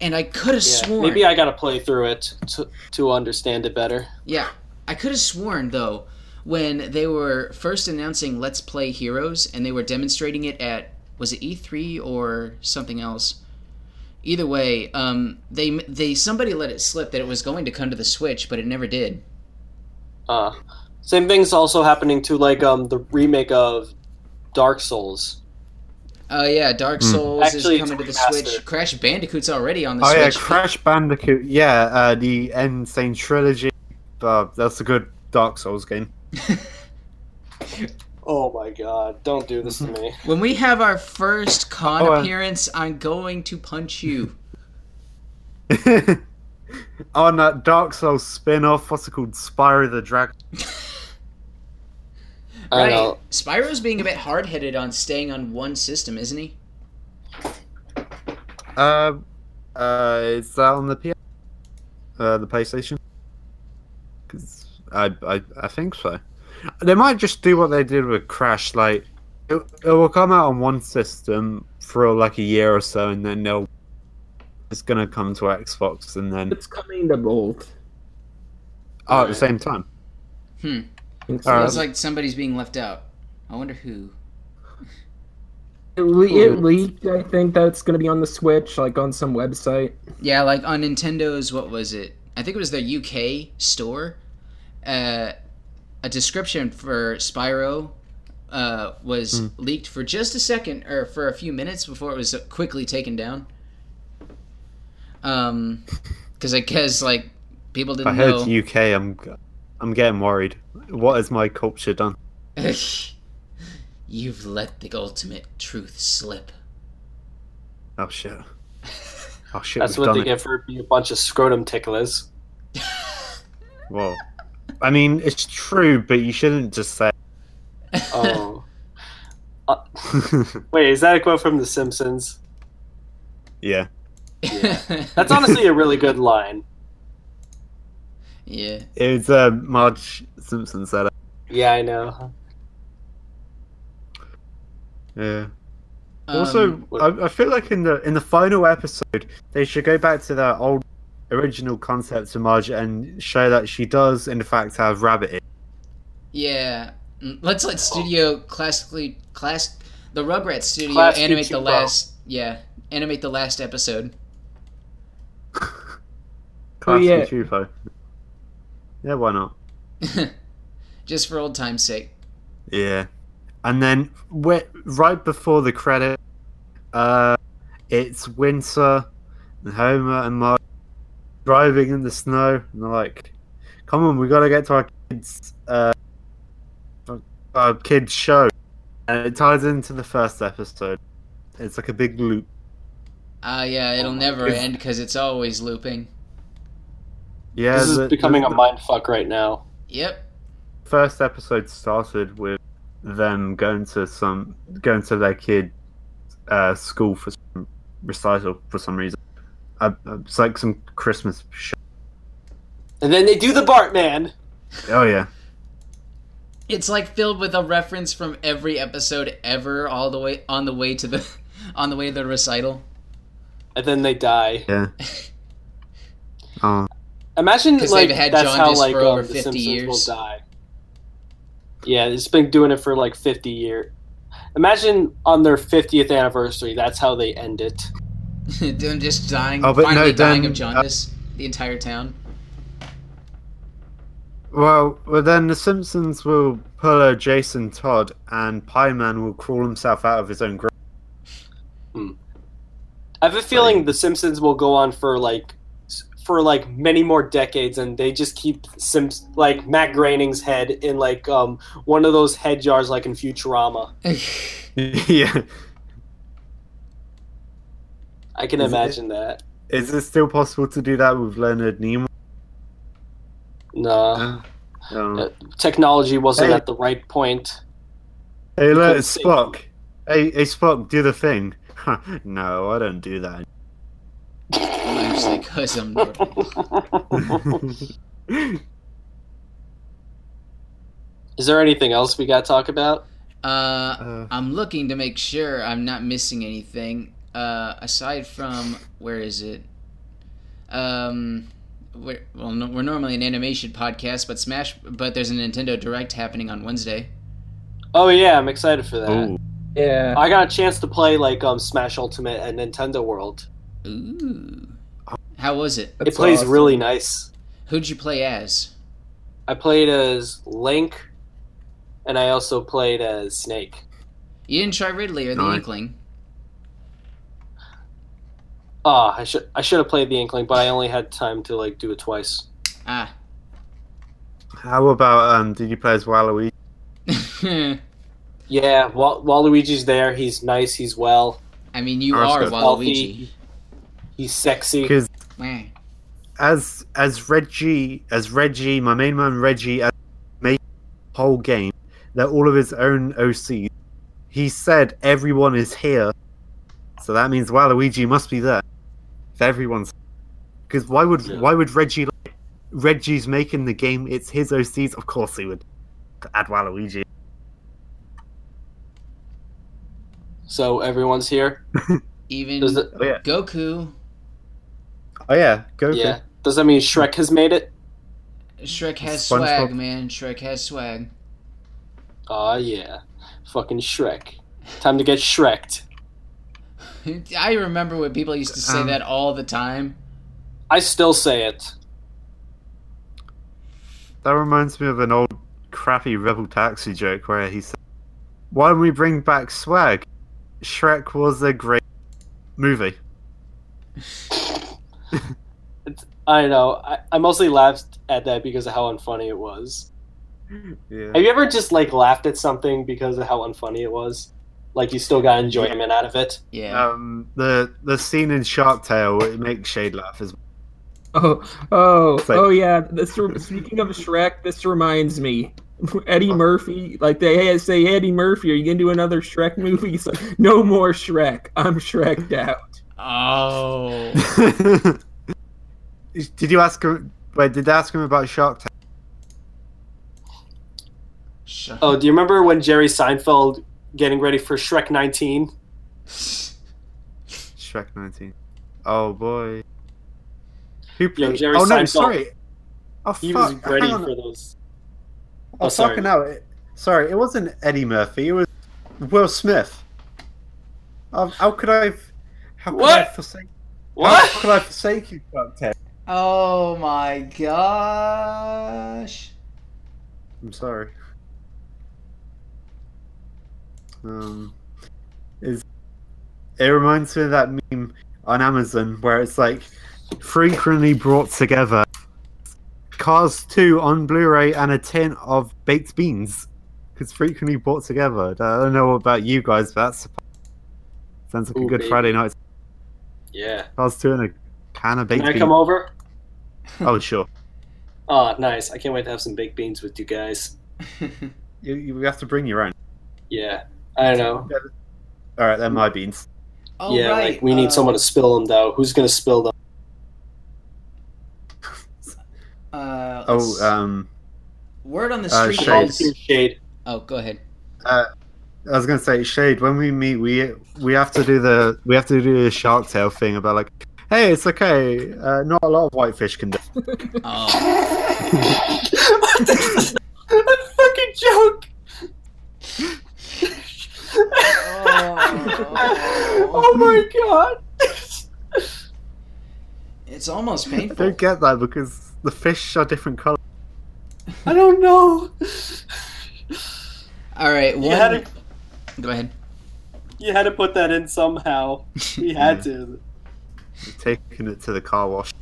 And I could have Yeah, sworn Maybe I gotta play through it to, to understand it better. Yeah, I could have sworn though when they were first announcing Let's Play Heroes and they were demonstrating it at was it E3 or something else. Either way, um, they they somebody let it slip that it was going to come to the Switch, but it never did. Uh, same thing's also happening to like um the remake of Dark Souls. Uh, yeah, Dark Hmm. Souls Actually, is coming to the it's remastered. Switch. Crash Bandicoot's already on the Oh yeah, Switch. Crash Bandicoot. Yeah, uh, the Insane Trilogy. Uh, that's a good Dark Souls game. Oh my god! Don't do this to me. When we have our first con Oh, uh, appearance, I'm going to punch you. On that Dark Souls spin-off, what's it called? Spyro the Dragon. I know. Spyro's being a bit hard headed on staying on one system, isn't he? Uh, uh, is that on the PS? Uh, the PlayStation. 'Cause I, I, I think so. They might just do what they did with Crash. Like, it, it will come out on one system for like a year or so, and then they'll. It's gonna come to Xbox, and then It's coming to both. oh, at the same time. Alright. Feels like somebody's being left out. I wonder who. It, le- it leaked. I think that's going to be on the Switch, like on some website. Yeah, like on Nintendo's, what was it? I think it was their UK store. Uh, a description for Spyro uh, was Hmm. leaked for just a second or for a few minutes before it was quickly taken down. Um, because I guess like people I didn't heard know. UK. I'm, I'm getting worried. What has my culture done? You've let the ultimate truth slip. Oh shit. Oh shit. That's we've what done they it. get for being a bunch of scrotum ticklers. Well, I mean, it's true, but you shouldn't just say. Oh. Wait, is that a quote from The Simpsons? yeah. That's honestly a really good line. yeah. It was uh, Marge Simpson said it. Yeah, I know. Yeah. also, Um, I, I feel like in the in the final episode, they should go back to that old original concept to Marge and show that she does, in fact, have rabbit ears. Yeah, Mm, let's Oh. let studio classically class the Rugrats studio Class animate the YouTube, bro. last. Yeah, animate the last episode. Oh, Classic yeah. Chupo. Yeah, why not? Just for old time's sake. Yeah, and then wh- right before the credit, uh, it's Winter and Homer and Mark driving in the snow, and they're like, "Come on, we gotta get to our kids, uh, our kids show." And it ties into the first episode. It's like a big loop. Ah, yeah, it'll never goodness. end because it's always looping. Yeah, This the- is becoming the, a mind fuck right now. Yep. first episode started with them going to some going to their kid uh, school for some recital for some reason. Uh, uh, it's like some Christmas. Sh- And then they do the Bartman. oh yeah, It's like filled with a reference from every episode ever, all the way on the way to the on the way to the recital. And then they die. yeah. Oh, Imagine 'Cause like they've had that's how jaundice like for over um, the 50 Simpsons years. will die. Yeah, it's been doing it for like fifty years. Imagine on their fiftieth anniversary, that's how they end it. Them just dying, Oh, but no, finally dying then, uh, of jaundice. the entire town. well, well, then the Simpsons will pull a Jason Todd, and Pieman will crawl himself out of his own grave. I have a feeling the Simpsons will go on for like s- for like many more decades, and they just keep Simps like Matt Groening's head in like um one of those head jars like in Futurama. yeah, I can Is it- imagine that. is it still possible to do that with Leonard Nimoy? No, Uh, I don't know. Uh, technology wasn't Hey. at the right point. Hey, look, couldn't it's see. Spock. Hey, hey, Spock, do the thing. Huh, no, I don't do that. Mostly 'cause I'm Uh, normal. oh, Is there anything else we got to talk about? Uh, Uh, I'm looking to make sure I'm not missing anything. Uh, aside from where is it? Um, we're, well, no, we're normally an animation podcast, but Smash, but there's a Nintendo Direct happening on Wednesday. Oh yeah, I'm excited for that. ooh. Yeah. I got a chance to play like um Smash Ultimate at Nintendo World. Ooh, how was it? that's it plays awesome. really nice. Who'd you play as? I played as Link, and I also played as Snake. You didn't try Ridley or the Nice. Inkling. Ah, I should I should have played the Inkling, but I only had time to like do it twice. Ah, How about um? Did you play as Waluigi? I Yeah, while Waluigi's there, he's nice, he's well, mean you That's are good. Waluigi. he's sexy. Because Man. as as Reggie, as Reggie, my main man Reggie, as made the whole game, they're all of his own OCs. He said everyone is here, so that means Waluigi must be there. If everyone's, because why would Yeah. why would Reggie? Like, Reggie's making the game. It's his OCs. Of course he would add Waluigi. So everyone's here. even Does Mm-hmm. it, Oh yeah. Goku, Oh yeah. Go. yeah. Does that mean Shrek has made it? Shrek has SpongeBob. swag, man. Shrek has swag. Aw Ah, yeah. Fucking Shrek. Time to get Shreked. I remember when people used to say Um, that all the time. I still say it. That reminds me of an old crappy Rebel Taxi joke where he said, Why don't we bring back swag? Shrek was a great movie. I know. I, I mostly laughed at that because of how unfunny it was. Yeah. Have you ever just like laughed at something because of how unfunny it was? Like you still got enjoyment out of it? Yeah. Um, the the scene in Shark Tale where it makes Shade laugh as well. Oh, oh, like- oh yeah. This re- speaking of Shrek, this reminds me. Eddie Murphy, like they had to say, Eddie Murphy, are you gonna do another Shrek movie? He's like, no more Shrek. I'm Shreked out. uh, Oh. did you ask him? Wait, did they ask him about Shark Tale? Sh- Oh, do you remember when Jerry Seinfeld getting ready for Shrek 19? Shrek 19. Oh boy. Who Yo, played? Jerry oh no, Seinfeld. sorry. Oh He fuck! was ready hang on. for those. Oh, Oh, sorry. fucking hell. It, sorry, it wasn't Eddie Murphy. It was Will Smith. Um, how could I... have- How could I What? forsake... How What? could I forsake you, Cocktail? Oh my gosh. I'm sorry. Um, is it reminds me of that meme on Amazon where it's like frequently brought together Cars 2 on Blu-ray and a tin of baked beans. It's frequently brought together. I don't know about you guys, but that's sounds like a Ooh, good baby. Friday night. Yeah. Cars 2 and a can of Can baked I beans. come over? Oh sure. Oh, nice. I can't wait to have some baked beans with you guys. You, you have to bring your own. Yeah. I know. All right, they're my beans. oh, yeah, right. like we need uh, someone to spill them though. Who's gonna spill them? Uh, Oh, um, word on the uh, street Shades. is. Volunteer Shade. Oh, go ahead. I was gonna say, Shade. When we meet, we we have to do the we have to do the Shark Tale thing about like, hey, it's okay. Uh, not a lot of whitefish can do. Oh, That's a fucking joke. Oh. my god. it's almost I painful. don't get that because the fish are different colors. I don't know. All right, You one. had to Go ahead. you had to put that in somehow. We had to. Taking it to the car wash.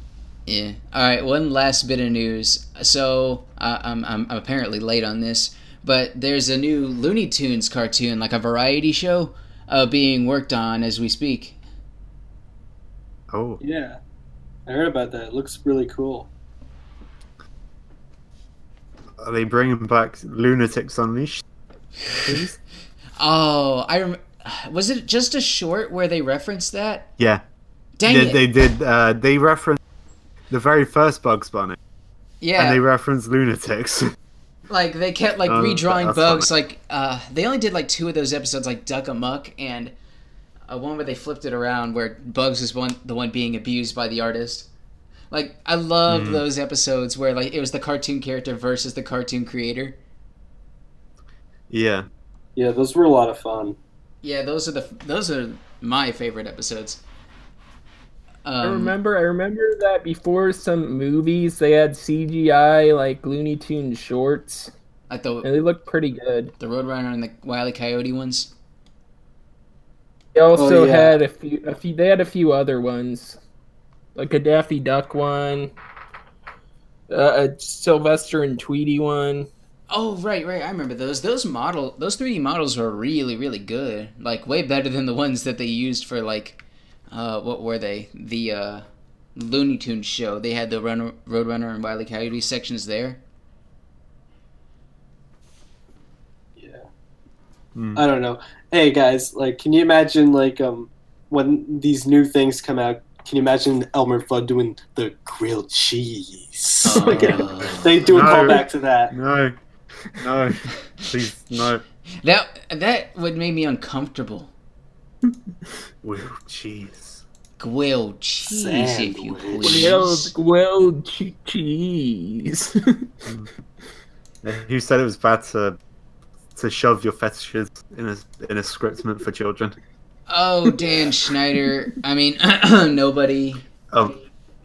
Yeah. All right. One last bit of news. So uh, I'm, I'm I'm apparently late on this, but there's a new Looney Tunes cartoon, like a variety show, uh, being worked on as we speak. Oh, Yeah. I heard about that. It looks really cool. are they bringing back Lunatics Unleashed? Please? Oh, I rem- was it just a short where they referenced that? yeah, Dang they, it! they did. Uh, they referenced the very first Bugs Bunny, yeah. and they referenced Lunatics. like they kept like Um, redrawing that's bugs. Like uh, they only did like two of those episodes, like Duck Amuck and uh, one where they flipped it around, where Bugs was one the one being abused by the artist. Like I love those episodes where like it was the cartoon character versus the cartoon creator. Yeah. Yeah, those were a lot of fun. Yeah, those are the those are my favorite episodes. Um, I remember, I remember that before some movies they had CGI like Looney Tunes shorts, like the and they looked pretty good. the Roadrunner and the Wile E. Coyote ones. They also Oh, yeah. had a few, a few. They had a few other ones, like a Daffy Duck one, uh, a Sylvester and Tweety one. Oh right, right. I remember those. Those model, those three D models were really, really good. Like way better than the ones that they used for like, uh, what were they? The uh, Looney Tunes show. They had the Runner, Roadrunner and Wile E. Coyote sections there. Mm. Uh, I don't know. Hey guys, like, can you imagine like um when these new things come out? Can you imagine Elmer Fudd doing the grilled cheese? Oh, Like, Uh. they do a No. callback to that. No. No. Please, no. That that would make me uncomfortable. Will cheese. Grilled cheese, if you Sandwich. Grilled, please. grilled che- cheese. Who said it was bad to to shove your fetishes in a in a script meant for children? Oh, Dan Schneider. I mean, nobody. Oh,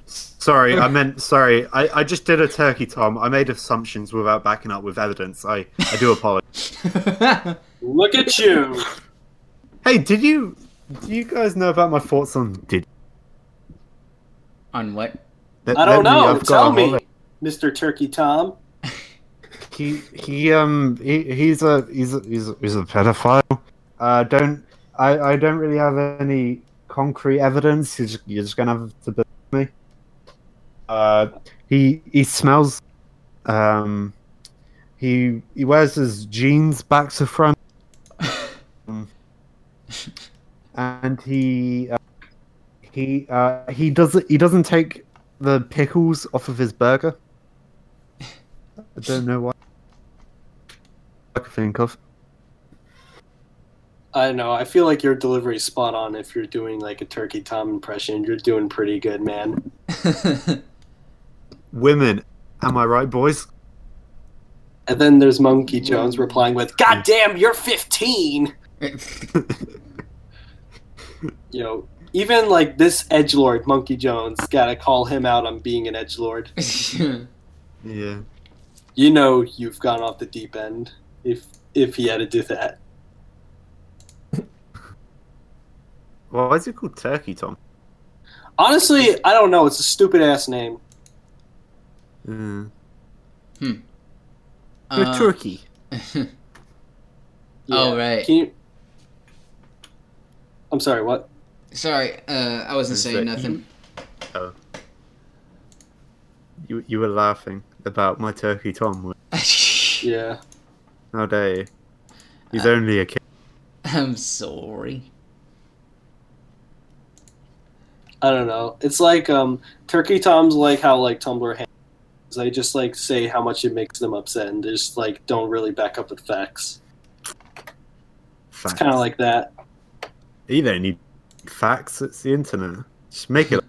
sorry. I meant sorry. I, I just did a turkey, Tom. I made assumptions without backing up with evidence. I I do apologize. Look at you. hey, did you do you guys know about my thoughts on did? On what? Let- I let don't me- know. I've got Tell a me, holiday. Mr. Turkey Tom. He he um he, he's a he's a, he's a, he's a pedophile. Uh, don't I I don't really have any concrete evidence. You're just, you're just gonna have to believe me. Uh, he he smells. Um, he he wears his jeans back to front. Um, and he uh, he uh, he doesn't he doesn't take the pickles off of his burger. I don't know why. I can think of. I don't know. I feel like your delivery's spot on. If you're doing like a Turkey Tom impression, you're doing pretty good, man. Women, am I right, boys? And then there's Monkey Jones replying with, "God damn, you're 15." You know, even like this edge lord, Monkey Jones, gotta call him out on being an edge lord. Yeah. You know, you've gone off the deep end. If if he had to do that, Why is it called Turkey, Tom? honestly, I don't know. It's a stupid ass name. Mm. Uh, turkey. Oh, Yeah. right. Can you? I'm sorry. What? Sorry, uh, I wasn't Is that saying nothing. You you were laughing about my Turkey, Tom. Yeah. How dare you? He's Uh, only a kid. I'm sorry. I don't know. It's like um, Turkey Tom's like how like Tumblr handles. They just like say how much it makes them upset, and they just like don't really back up with facts. It's Facts. kind of like that. You don't need facts. It's the internet. Just make it.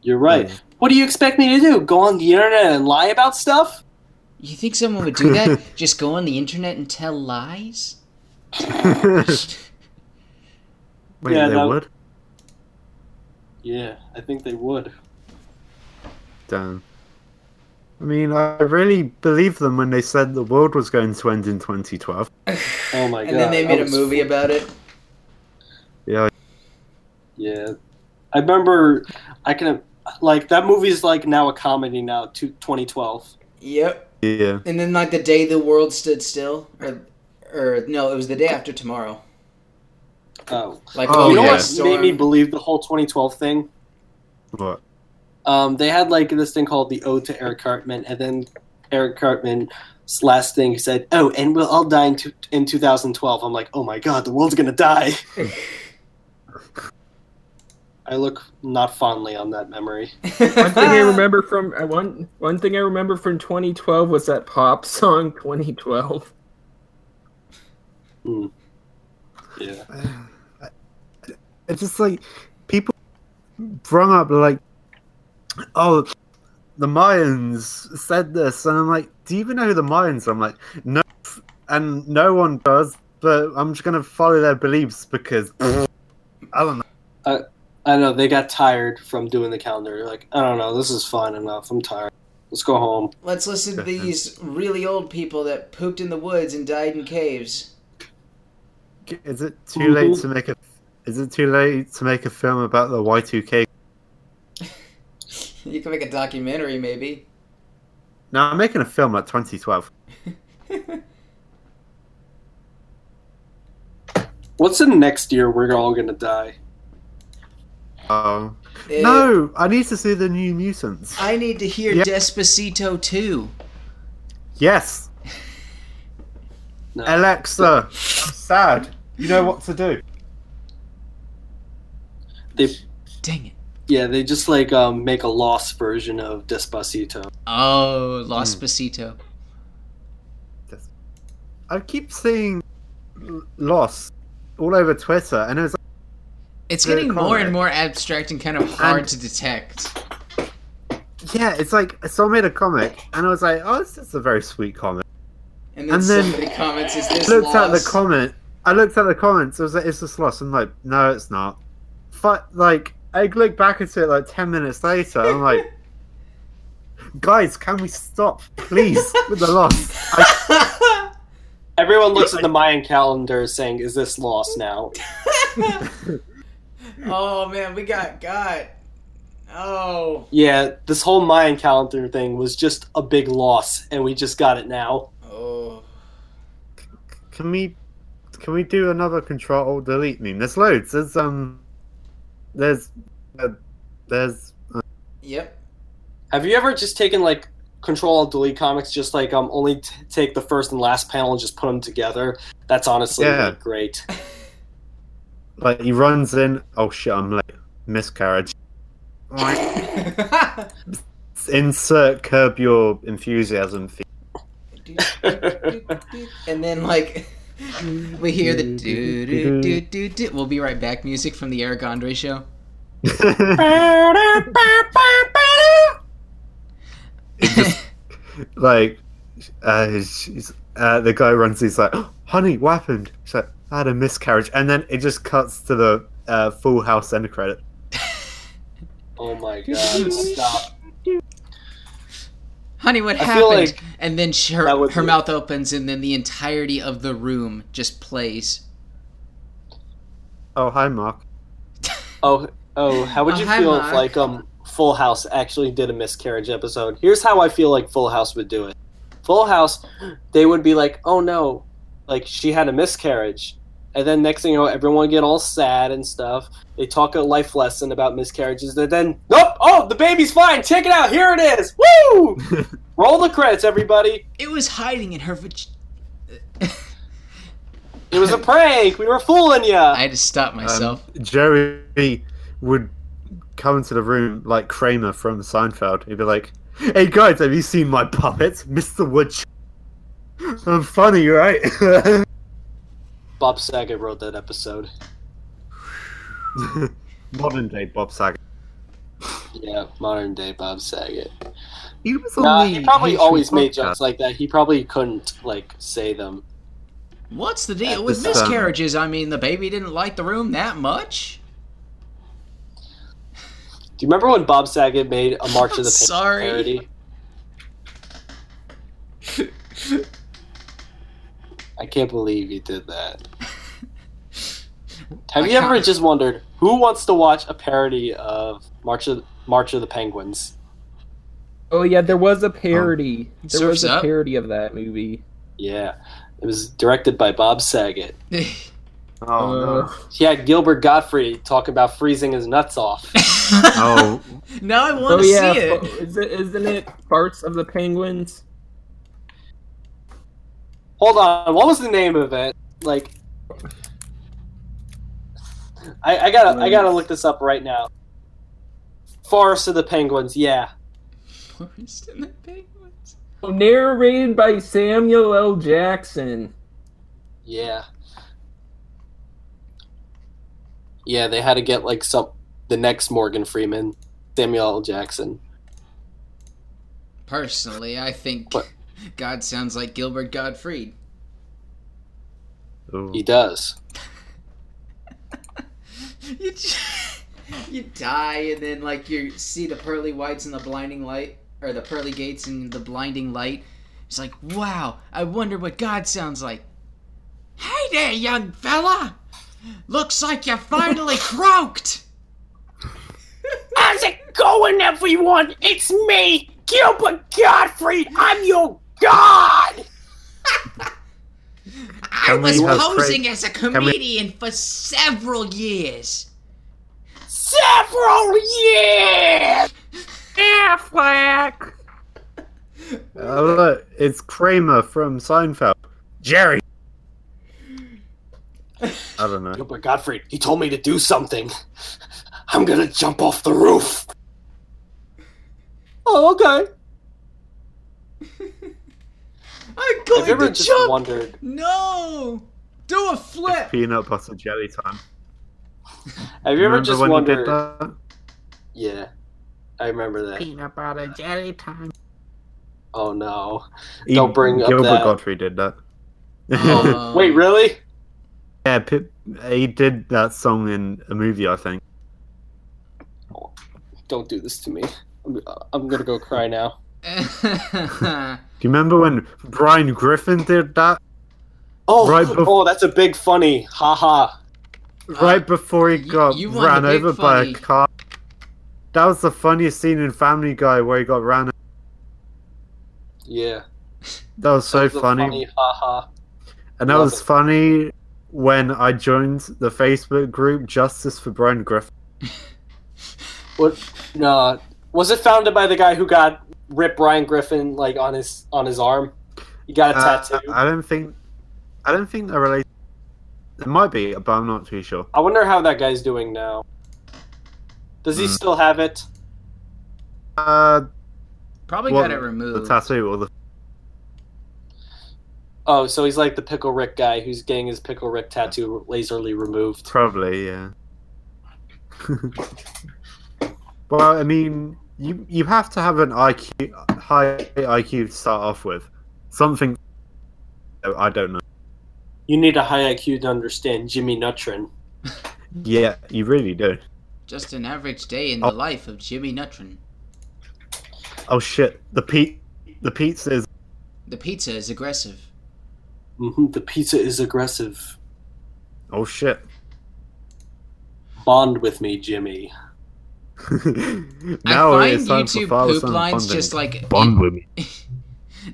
You're right. Yeah. What do you expect me to do? Go on the internet and lie about stuff? You think someone would do that? Just go on the internet and tell lies? Wait, Yeah, they that- would. Yeah, I think they would. Damn. I mean, I really believed them when they said the world was going to end in 2012. Oh my god. and then they I made a was- movie about it. Yeah, I remember. I can like that movie is like now a comedy now. To 2012. Yep. Yeah. And then like the day the world stood still, or, or no, it was the day after tomorrow. Oh, Like Oh, you know yeah. what made me believe the whole 2012 thing? What? um, they had like this thing called the Ode to Eric Cartman, and then Eric Cartman's last thing he said, "Oh, and we'll all die in, two in 2012." I'm like, "Oh my god, the world's gonna die." I look not fondly on that memory. One thing I remember from uh, one one thing I remember from 2012 was that pop song 2012. Yeah. It's just like people brung up like, oh, the Mayans said this, and I'm like, do you even know who the Mayans? Are? I'm like, no, and no one does. But I'm just gonna follow their beliefs because I don't know. I don't know they got tired from doing the calendar. They're like, I don't know, this is fun enough. I'm tired. Let's go home. Let's listen to these really old people that pooped in the woods and died in caves. Is it too late to make a? Is it too late to make a film about the Y2K? You can make a documentary, maybe. No, I'm making a film at 2012. What's the next year we're all gonna die? Oh Eh, no! I need to see the New Mutants. I need to hear Yeah. Despacito 2. Yes, No. Alexa. I'm sad. You know what to do. They Dang it. yeah, they just like um, make a lost version of Despacito. Oh, Los Hmm. Pasito. I keep seeing l- loss all over Twitter, and it's It's Very getting more and common. more abstract and kind of hard And- to detect. like, yeah, it's like someone made a comic, and I was like, oh, this is a very sweet comic. And then, And then- somebody comments, is I this looked at the Los? comment. I looked at the comments. I was like, "Is this lost?" I'm like, "No, it's not." But like, I look back at it like ten minutes later. I'm like, "Guys, can we stop, please, with the loss?" I, Everyone looks at the Mayan calendar saying, Is this lost now? oh, man, we got got. Oh, Yeah, this whole Mayan calendar thing was just a big loss and we just got it now. oh. can we? Can we do another Control Delete meme? There's loads. There's um, there's uh, there's Yep. Have you ever just taken like control alt delete comics just like um only t- take the first and last panel and just put them together? That's honestly Yeah. like, great. Like he runs in. Oh shit! I'm late. Miscarriage. Insert curb your enthusiasm. Theme. and then, like, we hear the do do do do do. We'll be right back music from the Eric Andre show. like, uh, she's, uh, the guy runs. He's like, "Honey, what happened?" She's like, "I had a miscarriage." And then it just cuts to the uh, Full House end credit. Oh my god, stop. Honey, what I feel happened? like and then she, her, that would her be- mouth opens, and then the entirety of the room just plays. Oh, hi, Mark. Oh oh, how would Oh, you hi, feel Mark. if like um Full House actually did a miscarriage episode? Here's how I feel like Full House would do it. Full House, they would be like, "Oh no, like she had a miscarriage." And then next thing you know, everyone would get all sad and stuff. They talk a life lesson about miscarriages. And then, nope, oh, the baby's fine. Check it out. Here it is. Woo! Roll the credits, everybody. It was hiding in her. Vag- It was a prank. We were fooling you. I had to stop myself. Jerry would come into the room like Kramer from Seinfeld. He'd be like, "Hey guys, have you seen my puppet, Mister Woodchuck? I'm funny, right?" Bob Saget wrote that episode. Modern day Bob Saget. Yeah, modern day Bob Saget. He was on Nah, the he probably H3 always made podcast. jokes like that. He probably couldn't like say them. What's the deal At with the summer. miscarriages? I mean, the baby didn't like the room that much. Do you remember when Bob Saget made a March of the Pain Sorry. parody? I can't believe you did that. Have I you ever can't- just wondered who wants to watch a parody of March of March of the Penguins? Oh yeah, there was a parody. there Surf's was a Up? parody of that movie. Yeah, it was directed by Bob Saget. Oh Uh, no! He had Gilbert Gottfried talk about freezing his nuts off. Oh, Now I want Oh to yeah, see fo- it. is it isn't it parts of the penguins? Hold on, what was the name of it? Like, I, I gotta I gotta look this up right now. Forest of the Penguins. Yeah, Forest and the Penguins. Narrated by Samuel L. Jackson. yeah, yeah. They had to get like some the next Morgan Freeman, Samuel L. Jackson. Personally, I think What? God sounds like Gilbert Gottfried. Ooh. He does. You, j- you die, and then like you see the pearly whites and the blinding light, or the pearly gates and the blinding light. It's like, wow, I wonder what God sounds like. Hey there, young fella. Looks like you finally croaked. How's it going, everyone? It's me, Gilbert Gottfried. I'm your god. I Can we was have posing Craig- as a we- comedian for several years. Several Oh, years. Oh, look, it's Kramer from Seinfeld. Jerry. I don't know. Gilbert Gottfried. Oh, He told me to do something. I'm gonna jump off the roof. Oh, okay. I'm Have going you ever to just jump. wondered? No, do a flip. Peanut butter jelly time. Have you ever Remember just when he wondered? did that? Yeah, I remember that. peanut butter jelly time. Oh no. He- Don't bring up Gilbert that. Oh. Godfrey did that. Um, Wait, really? yeah, Pip, he did that song in a movie, I think. Don't do this to me. I'm, I'm gonna go cry now. Do you remember when Brian Griffin did that? Oh, Right bef- oh, that's a big funny. Ha ha. Uh, Right before he y- got you want ran the big over by funny. a car. That was the funniest scene in Family Guy where he got ran. Yeah. That was so That's a funny. Ha ha. And that Love was it. funny when I joined the Facebook group Justice for Brian Griffin. What? No. Was it founded by the guy who got Rip Brian Griffin like on his on his arm? He got a Uh, tattoo. I don't think, I don't think they're related. It might be, but I'm not too sure. I wonder how that guy's doing now. Does he Hmm. still have it? Uh, Probably Well, got it the removed. tattoo or the Oh, so he's like the Pickle Rick guy who's getting his Pickle Rick tattoo laserly removed. probably, yeah. well, I mean, you you have to have an IQ high IQ to start off with. Something I don't know. You need a high IQ to understand Jimmy Nutrin. Yeah, you really do. Just an average day in Oh. the life of Jimmy Nutrin. Oh shit, the pe- the pizza is The pizza is aggressive. hmm the pizza is aggressive. oh shit. Bond with me, Jimmy. now I it's time find YouTube for father poop son lines bonding. just like bond with me.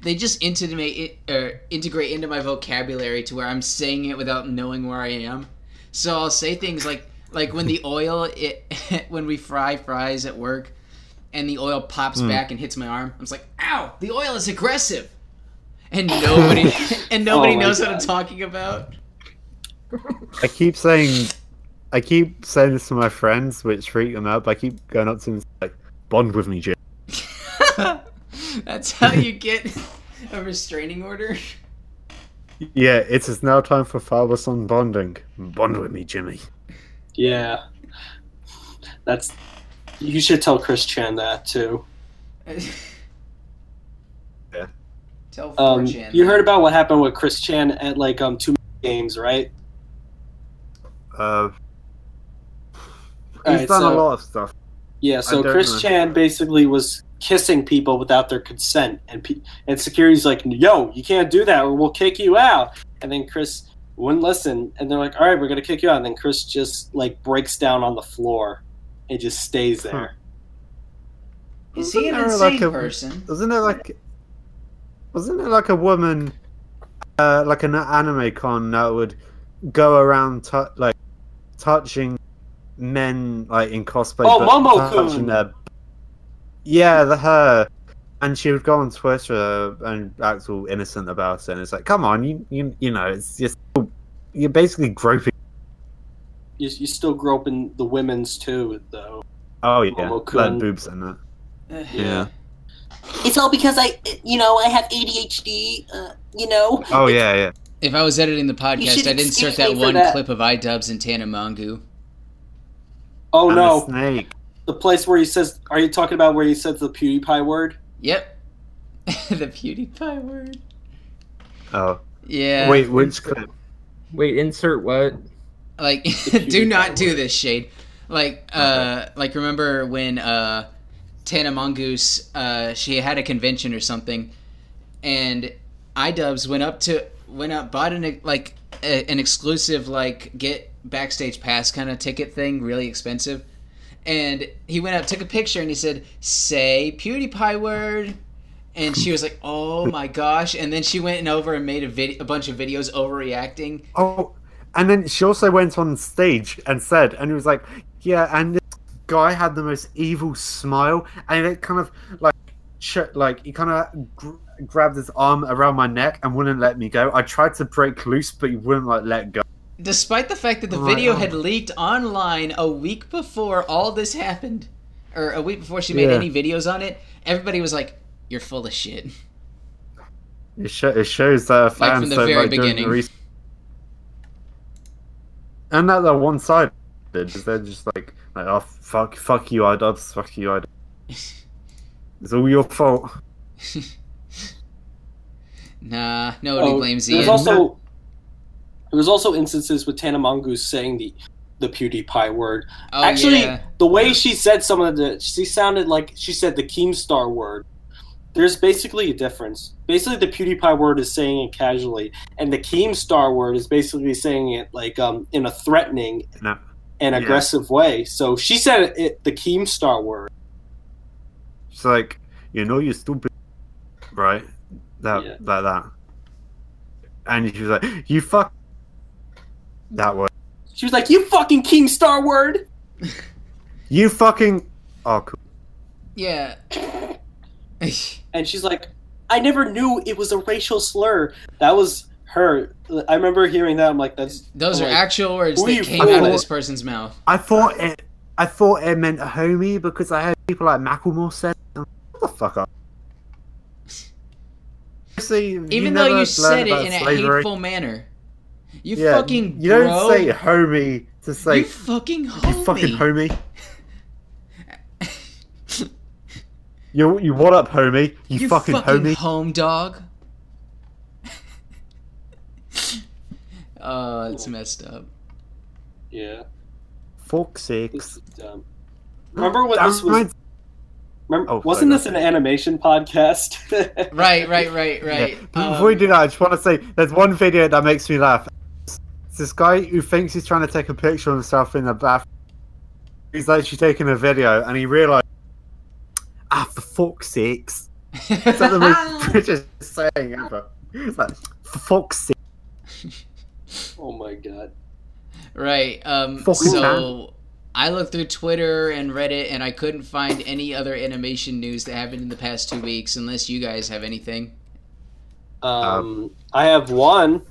they just intimate it or integrate into my vocabulary to where I'm saying it without knowing where I am. So I'll say things like like when the oil it when we fry fries at work and the oil pops Mm. back and hits my arm. I'm just like, "Ow, the oil is aggressive." And nobody and nobody Oh my knows what God. I'm talking about. I keep saying, I keep saying this to my friends, which freak them out. But I keep going up to them and say, like, "Bond with me, Jim." That's how you get a restraining order. Yeah, it is now time for father son bonding. Bond with me, Jimmy. Yeah. That's. You should tell Chris Chan that too. Yeah. Tell 4chan. Um, you heard about what happened with Chris Chan at like um two games, right? Uh, he's Alright, done a so- lot of stuff. Yeah, so don't Chris know. Chan basically was kissing people without their consent, and pe- and security's like, "Yo, you can't do that, or we'll kick you out." And then Chris wouldn't listen, and they're like, "All right, we're gonna kick you out." And then Chris just like breaks down on the floor and just stays there. Is he an Isn't there, insane like, a- person? Wasn't it like, wasn't it like a woman, uh, like an anime con that would go around tou like touching men like in cosplay? Oh, but Momo-kun! touching their- Yeah, the her, and she would go on Twitter and act all innocent about it. And it's like, come on, you you you know, it's just you're basically groping. You, you still groping the women's too, though. Oh yeah, Momokun. like boobs and that. Yeah. It's all because I, you know, I have ADHD. Uh, you know, Oh yeah, yeah. If I was editing the podcast, should I'd insert excuse me that for one that. clip of iDubbbz and Tana Mongu. Oh and no, the snake. the place where he says, "Are you talking about where he says the PewDiePie word?" Yep. the PewDiePie word. Oh Yeah. wait, which clip? Wait, insert what? Like, PewDiePie do not do word. this, Shade. Like, uh, like remember when uh, Tana Mongoose, uh, she had a convention or something, and iDubbbz went up to went up bought an like a, an exclusive like get backstage pass kind of ticket thing, really expensive, and he went up took a picture and he said, "Say PewDiePie word." And she was like, "Oh my gosh!" And then she went over and made a video, a bunch of videos overreacting, Oh, and then she also went on stage and said, and he was like, yeah, and this guy had the most evil smile, and it kind of like, sh- like he kind of gr- grabbed his arm around my neck and wouldn't let me go. I tried to break loose, but he wouldn't like let go. despite the fact that the Right video on. had leaked online a week before all this happened or a week before she made Yeah. any videos on it everybody was like you're full of shit It, sho- it shows that fans Like from the don't very like doing the beginning. res- and that they're one sided. They're just like, like, oh fuck, fuck you, iDubbbz, fuck you, iDubbbz. It's all your fault. nah nobody Oh, blames There was ian also there was also instances with Tana Mongoose saying the the PewDiePie word. oh Actually, yeah the way she said some of the she sounded like she said the Keemstar word. There's basically a difference. Basically, the PewDiePie word is saying it casually, and the Keemstar word is basically saying it like um, in a threatening No. and Yeah. aggressive way. So she said it the Keemstar word. She's like, you know, you're stupid, right? That Yeah. like that. And she was like, you fuck that word. She was like, "You fucking Keemstar word." You fucking. Oh, cool. yeah and she's like, "I never knew it was a racial slur." That was her. I remember hearing that. I'm like, "That's those are Like, actual words who that you came out of fool? this person's mouth I thought it. I thought it meant homie because I heard people like Macklemore said. Shut the fuck up. See, even though you never learned said it about in a slavery. hateful manner you Yeah, fucking You don't bro. say homie to say you you, fucking homie. fucking homie. you you what up, homie? You, You fucking, homie. home dog. Oh, it's messed up. yeah, Fork six. this is dumb." Remember when this was? Remember, Oh, wasn't sorry, this an animation podcast? Right, right, right, right. Yeah. Um, Before we do that, I just want to say there's one video that makes me laugh. It's this guy who thinks he's trying to take a picture of himself in the bathroom. He's actually taking a video, and he realised, ah, for fuck's sakes, is that the most British saying ever? It's like, for fuck's sake. oh my god. right. Um, Fucking so I looked through Twitter and Reddit, and I couldn't find any other animation news that happened in the past two weeks, unless you guys have anything. Um, I have one.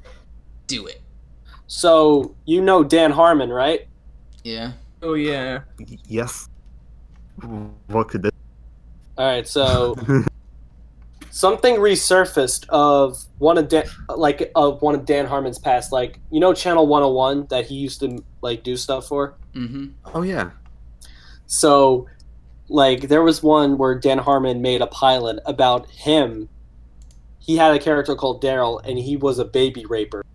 Do it. So you know Dan Harmon, right? Yeah. Oh yeah. Yes. What could this? All right, so something resurfaced of one of Dan, like of one of Dan Harmon's past, like you know Channel 101 that he used to like do stuff for. Mm-hmm. oh yeah. So, like, there was one where Dan Harmon made a pilot about him. He had a character called Daryl, and he was a baby raper.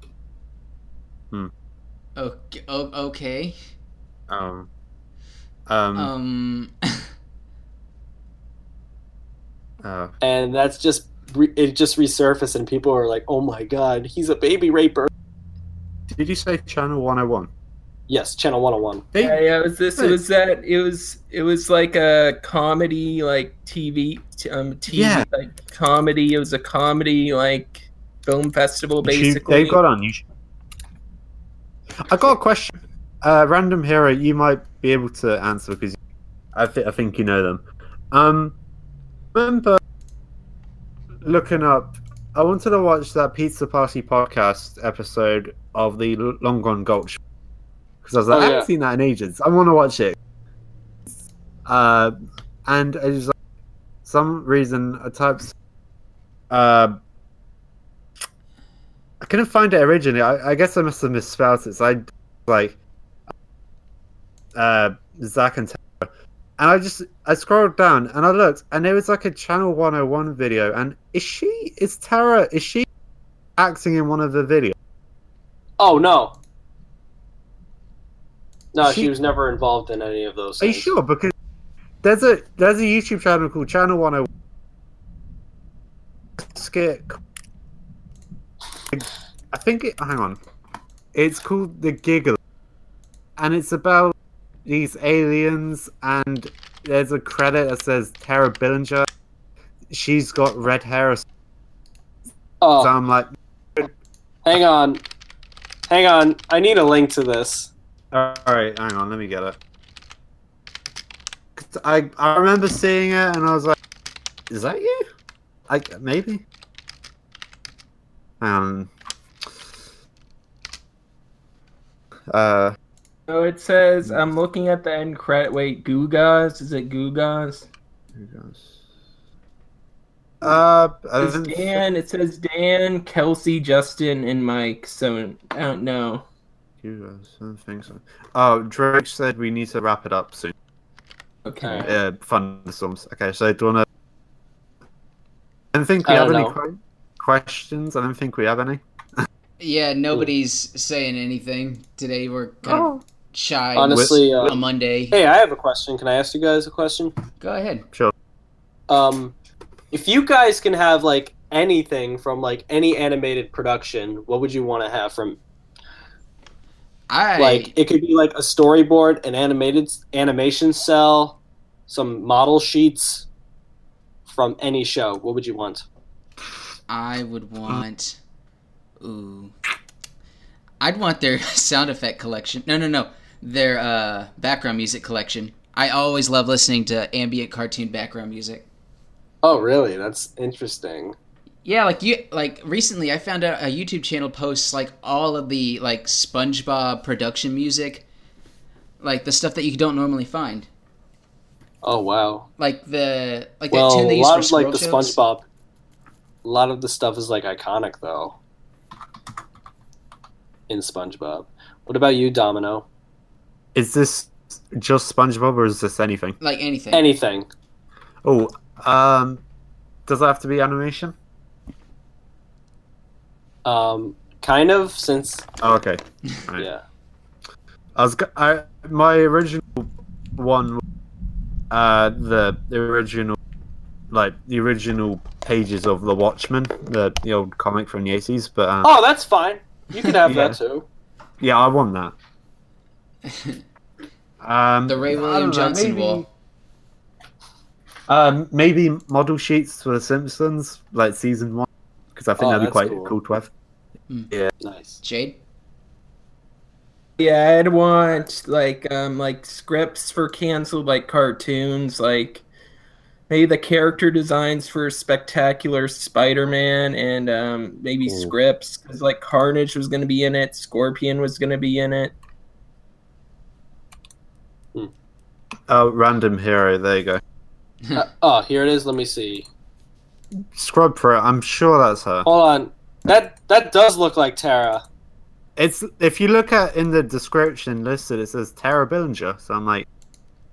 Okay. o- okay. Um. Um. Um. uh, And that's just re- it just resurfaced, and people are like, "Oh my god, he's a baby raper!" did you say Channel 101? Yes, Channel 101. They, Yeah, yeah, it was this. It was that. It was. It was like a comedy, like TV, t- um, TV, Yeah. like comedy. It was a comedy, like film festival, basically. They've got on YouTube. I got a question. Uh, Random Hero, you might be able to answer because I, th- I think you know them. Um, remember looking up. I wanted to watch that Pizza Party podcast episode of the L- Long Gone Gulch because I was like, Oh, I yeah. haven't seen that in ages. I want to watch it. Uh, and it is like, some reason I typed. Uh, I couldn't find it originally. I, I guess I must have misspelled it. So I like uh, Zach and Tara, and I just I scrolled down and I looked, and it was like a Channel One Hundred One video. And is she is Tara is she acting in one of the videos? Oh no. No, she, She- was never involved in any of those. Are you things. sure? Because there's a there's a YouTube channel called Channel One Hundred One skit. I think it. Hang on, it's called the Giggle, and it's about these aliens. And there's a credit that says Tara Billinger. She's got red hair. So Oh, I'm like, hang on, hang on. I need a link to this. all right, hang on, let me get it. 'Cause I I remember seeing it, and I was like, is that you? Like maybe. Um. Uh, So it says I'm looking at the end credit. Wait, Gugas? Is it Gugas? who goes? Uh, I It's don't thi- Dan. It says Dan, Kelsey, Justin, and Mike. So I don't know. who goes? I don't think so. Oh, Drake said we need to wrap it up soon. Okay. Uh, thunderstorms. Okay, so do you want to? I don't think we I have don't any know. que- questions. I don't think we have any. Yeah, nobody's saying anything today. We're kind of shy Honestly, uh, on Monday. hey, I have a question. Can I ask you guys a question? Go ahead. Um, if you guys can have like anything from like any animated production, what would you want to have from? I Like, it could be like a storyboard, an animated animation cell, some model sheets from any show. What would you want? I would Uh, want. Ooh. I'd want their sound effect collection. No, no, no. Their uh, background music collection. I always love listening to ambient cartoon background music. Oh, really? That's interesting. Yeah, like you like recently I found out a YouTube channel posts like all of the like SpongeBob production music. Like the stuff that you don't normally find. Oh, wow. Like the like that Well, tune a they used lot for of like Squirrel the Shows. SpongeBob. A lot of the stuff is like iconic though. In SpongeBob, what about you, Domino? Is this just SpongeBob or is this anything? Like anything. Anything? Oh, um, does that have to be animation? Um, kind of since Oh, okay. Right. yeah. I was go- I my original one, was, uh, the the original, like the original pages of The Watchmen, the the old comic from the eighties. But Ah! um, Oh, that's fine. You could have that too. yeah, I won that. Um, the Ray I William don't know, Johnson maybe- wall. Um, maybe model sheets for The Simpsons, like season one, because I think Oh, that'd be that's quite cool. cool. to have. Nice. Jade? Yeah, I'd want like um like scripts for canceled like cartoons, like maybe the character designs for Spectacular Spider-Man, and um maybe Ooh. scripts because like Carnage was gonna be in it, Scorpion was gonna be in it. Oh, random hero. There you go. Uh, oh, here it is. Let me see. Scrub for it. I'm sure that's her. Hold on. That that does look like Tara. It's if you look at in the description listed, it says Tara Billinger. So I'm like,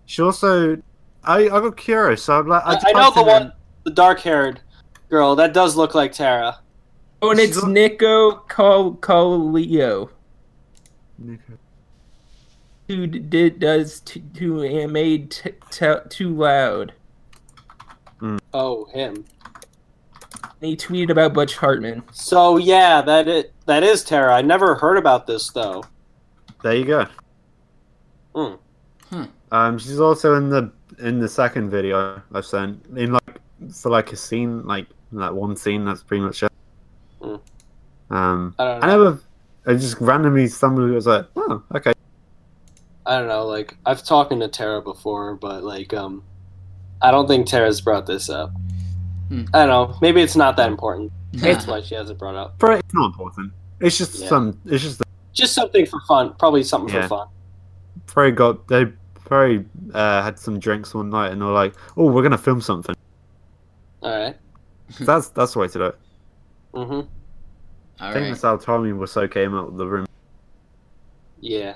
she also. I, I got curious, so I'm like, I, I, I know typed the in one, the dark-haired girl. That does look like Tara. Oh, and She's it's on- Nico Col Colio in- who d- did does t- who uh, made t- t- too loud. Oh, him. And he tweeted about Butch Hartman. So yeah, that it that is Tara. I never heard about this though. There you go. Hmm. Hmm. Um, she's also in the in the second video I've sent in like for like a scene, like in that one scene. That's pretty much it. Hmm. Um, I don't know. I never. I just randomly stumbled. I was like, oh, okay. I don't know, like I've talked to Tara before, but like um I don't think Tara's brought this up. Hmm. I don't know. Maybe it's not that important. That's why she hasn't brought up. But it's not important. It's just Yeah. some. It's just Just something for fun. Probably something Yeah. for fun. probably got they Probably uh, had some drinks one night and they were like, "Oh, we're gonna film something." All right. Hmm. That's that's the way to do it. Mm-hmm. All I think right. that's how Tommy Wiseau came out of the room. Yeah.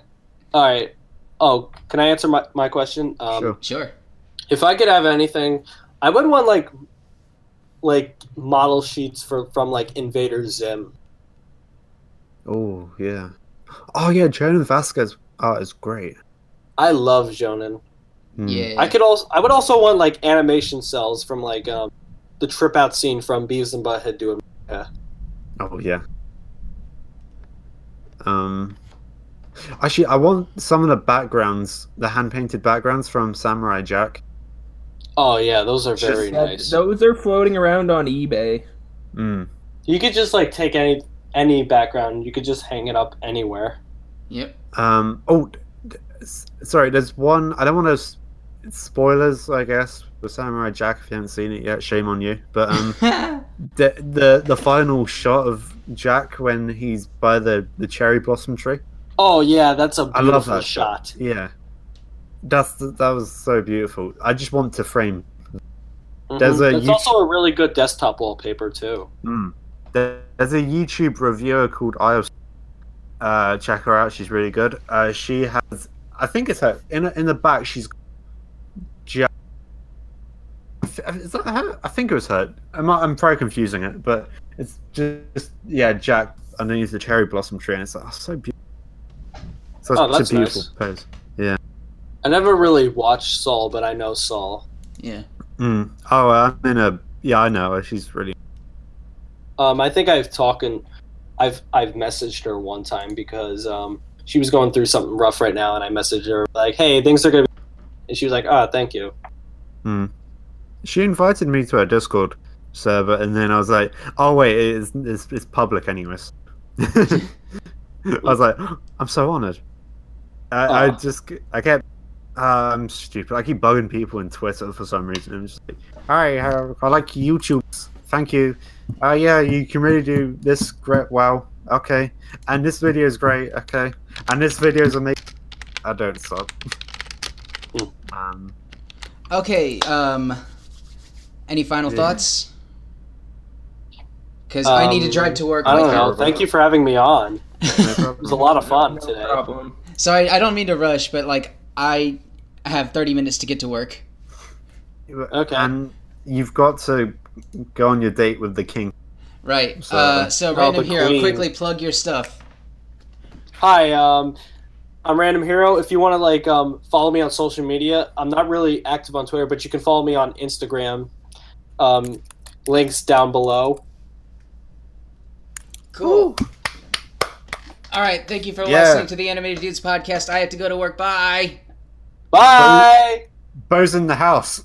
All right. Oh, can I answer my, my question? Um, sure. Sure. If I could have anything, I would want like like model sheets for from like Invader Zim. Oh yeah. Oh yeah, Jonan Vasquez art is great. I love Jonin. Hmm. Yeah. I could also I would also want like animation cells from like um the trip out scene from Beavis and Butthead do it. Oh yeah. Um, actually, I want some of the backgrounds, the hand painted backgrounds from Samurai Jack. Oh yeah, those are It's just- very Yeah, nice. Those are floating around on eBay. Mm. You could just like take any any background, you could just hang it up anywhere. Yep. Um. Oh, d- d- s- sorry. There's one. I don't want to s- spoilers. I guess for Samurai Jack. If you haven't seen it yet, shame on you. But um, the the the final shot of Jack when he's by the the cherry blossom tree. Oh yeah, that's a I beautiful love that shot. shot. Yeah. That's th- that was so beautiful. I just want to frame. Mhm. There's a It's YouTube- also a really good desktop wallpaper too. Mm. There- There's a YouTube reviewer called Ios. Uh, check her out. She's really good. Uh, she has, I think it's her in in the back. She's, Ja- is that her? I think it was her. I'm I'm probably confusing it, but it's just yeah, Jack underneath the cherry blossom tree, and it's like, oh, so beautiful. So Oh, it's that's a beautiful nice. pose. I never really watched Saul, but I know Saul. yeah. Mm. Oh, uh, I'm in a yeah, I know. her. She's really Um, I think I've talked and I've I've messaged her one time because um, she was going through something rough right now, and I messaged her like, "Hey, things are gonna," be... and she was like, "Oh, thank you." She invited me to her Discord server, and then I was like, "Oh wait, it's it's, it's public, anyways." I was like, "I'm so honored." I, I Aw. just I kept uh, I'm stupid. I keep bugging people on Twitter for some reason. I'm just like, "Hi, uh, I like YouTube. Thank you. Uh, yeah, you can really do this great. Wow, okay. And this video is great. Okay. And this video is amazing. I don't stop. Mm. Um, Okay. Um. Any final Yeah. thoughts? Because I need to Um, drive to work. I don't like know. Thank you for having me on. It no you. problem. was a lot of fun no today. problem. Sorry, I don't mean to rush, but like I have 30 minutes to get to work. Okay. And you've got to go on your date with the king. Right. So- uh, so Oh, random the hero, queen. quickly plug your stuff. Hi, um, I'm Random Hero. If you want to like um, follow me on social media, I'm not really active on Twitter, but you can follow me on Instagram. Um, links down below. Cool. All right. Thank you for Yeah. listening to the Animated Dudes podcast. I have to go to work. Bye. Bye. Bo's in the house.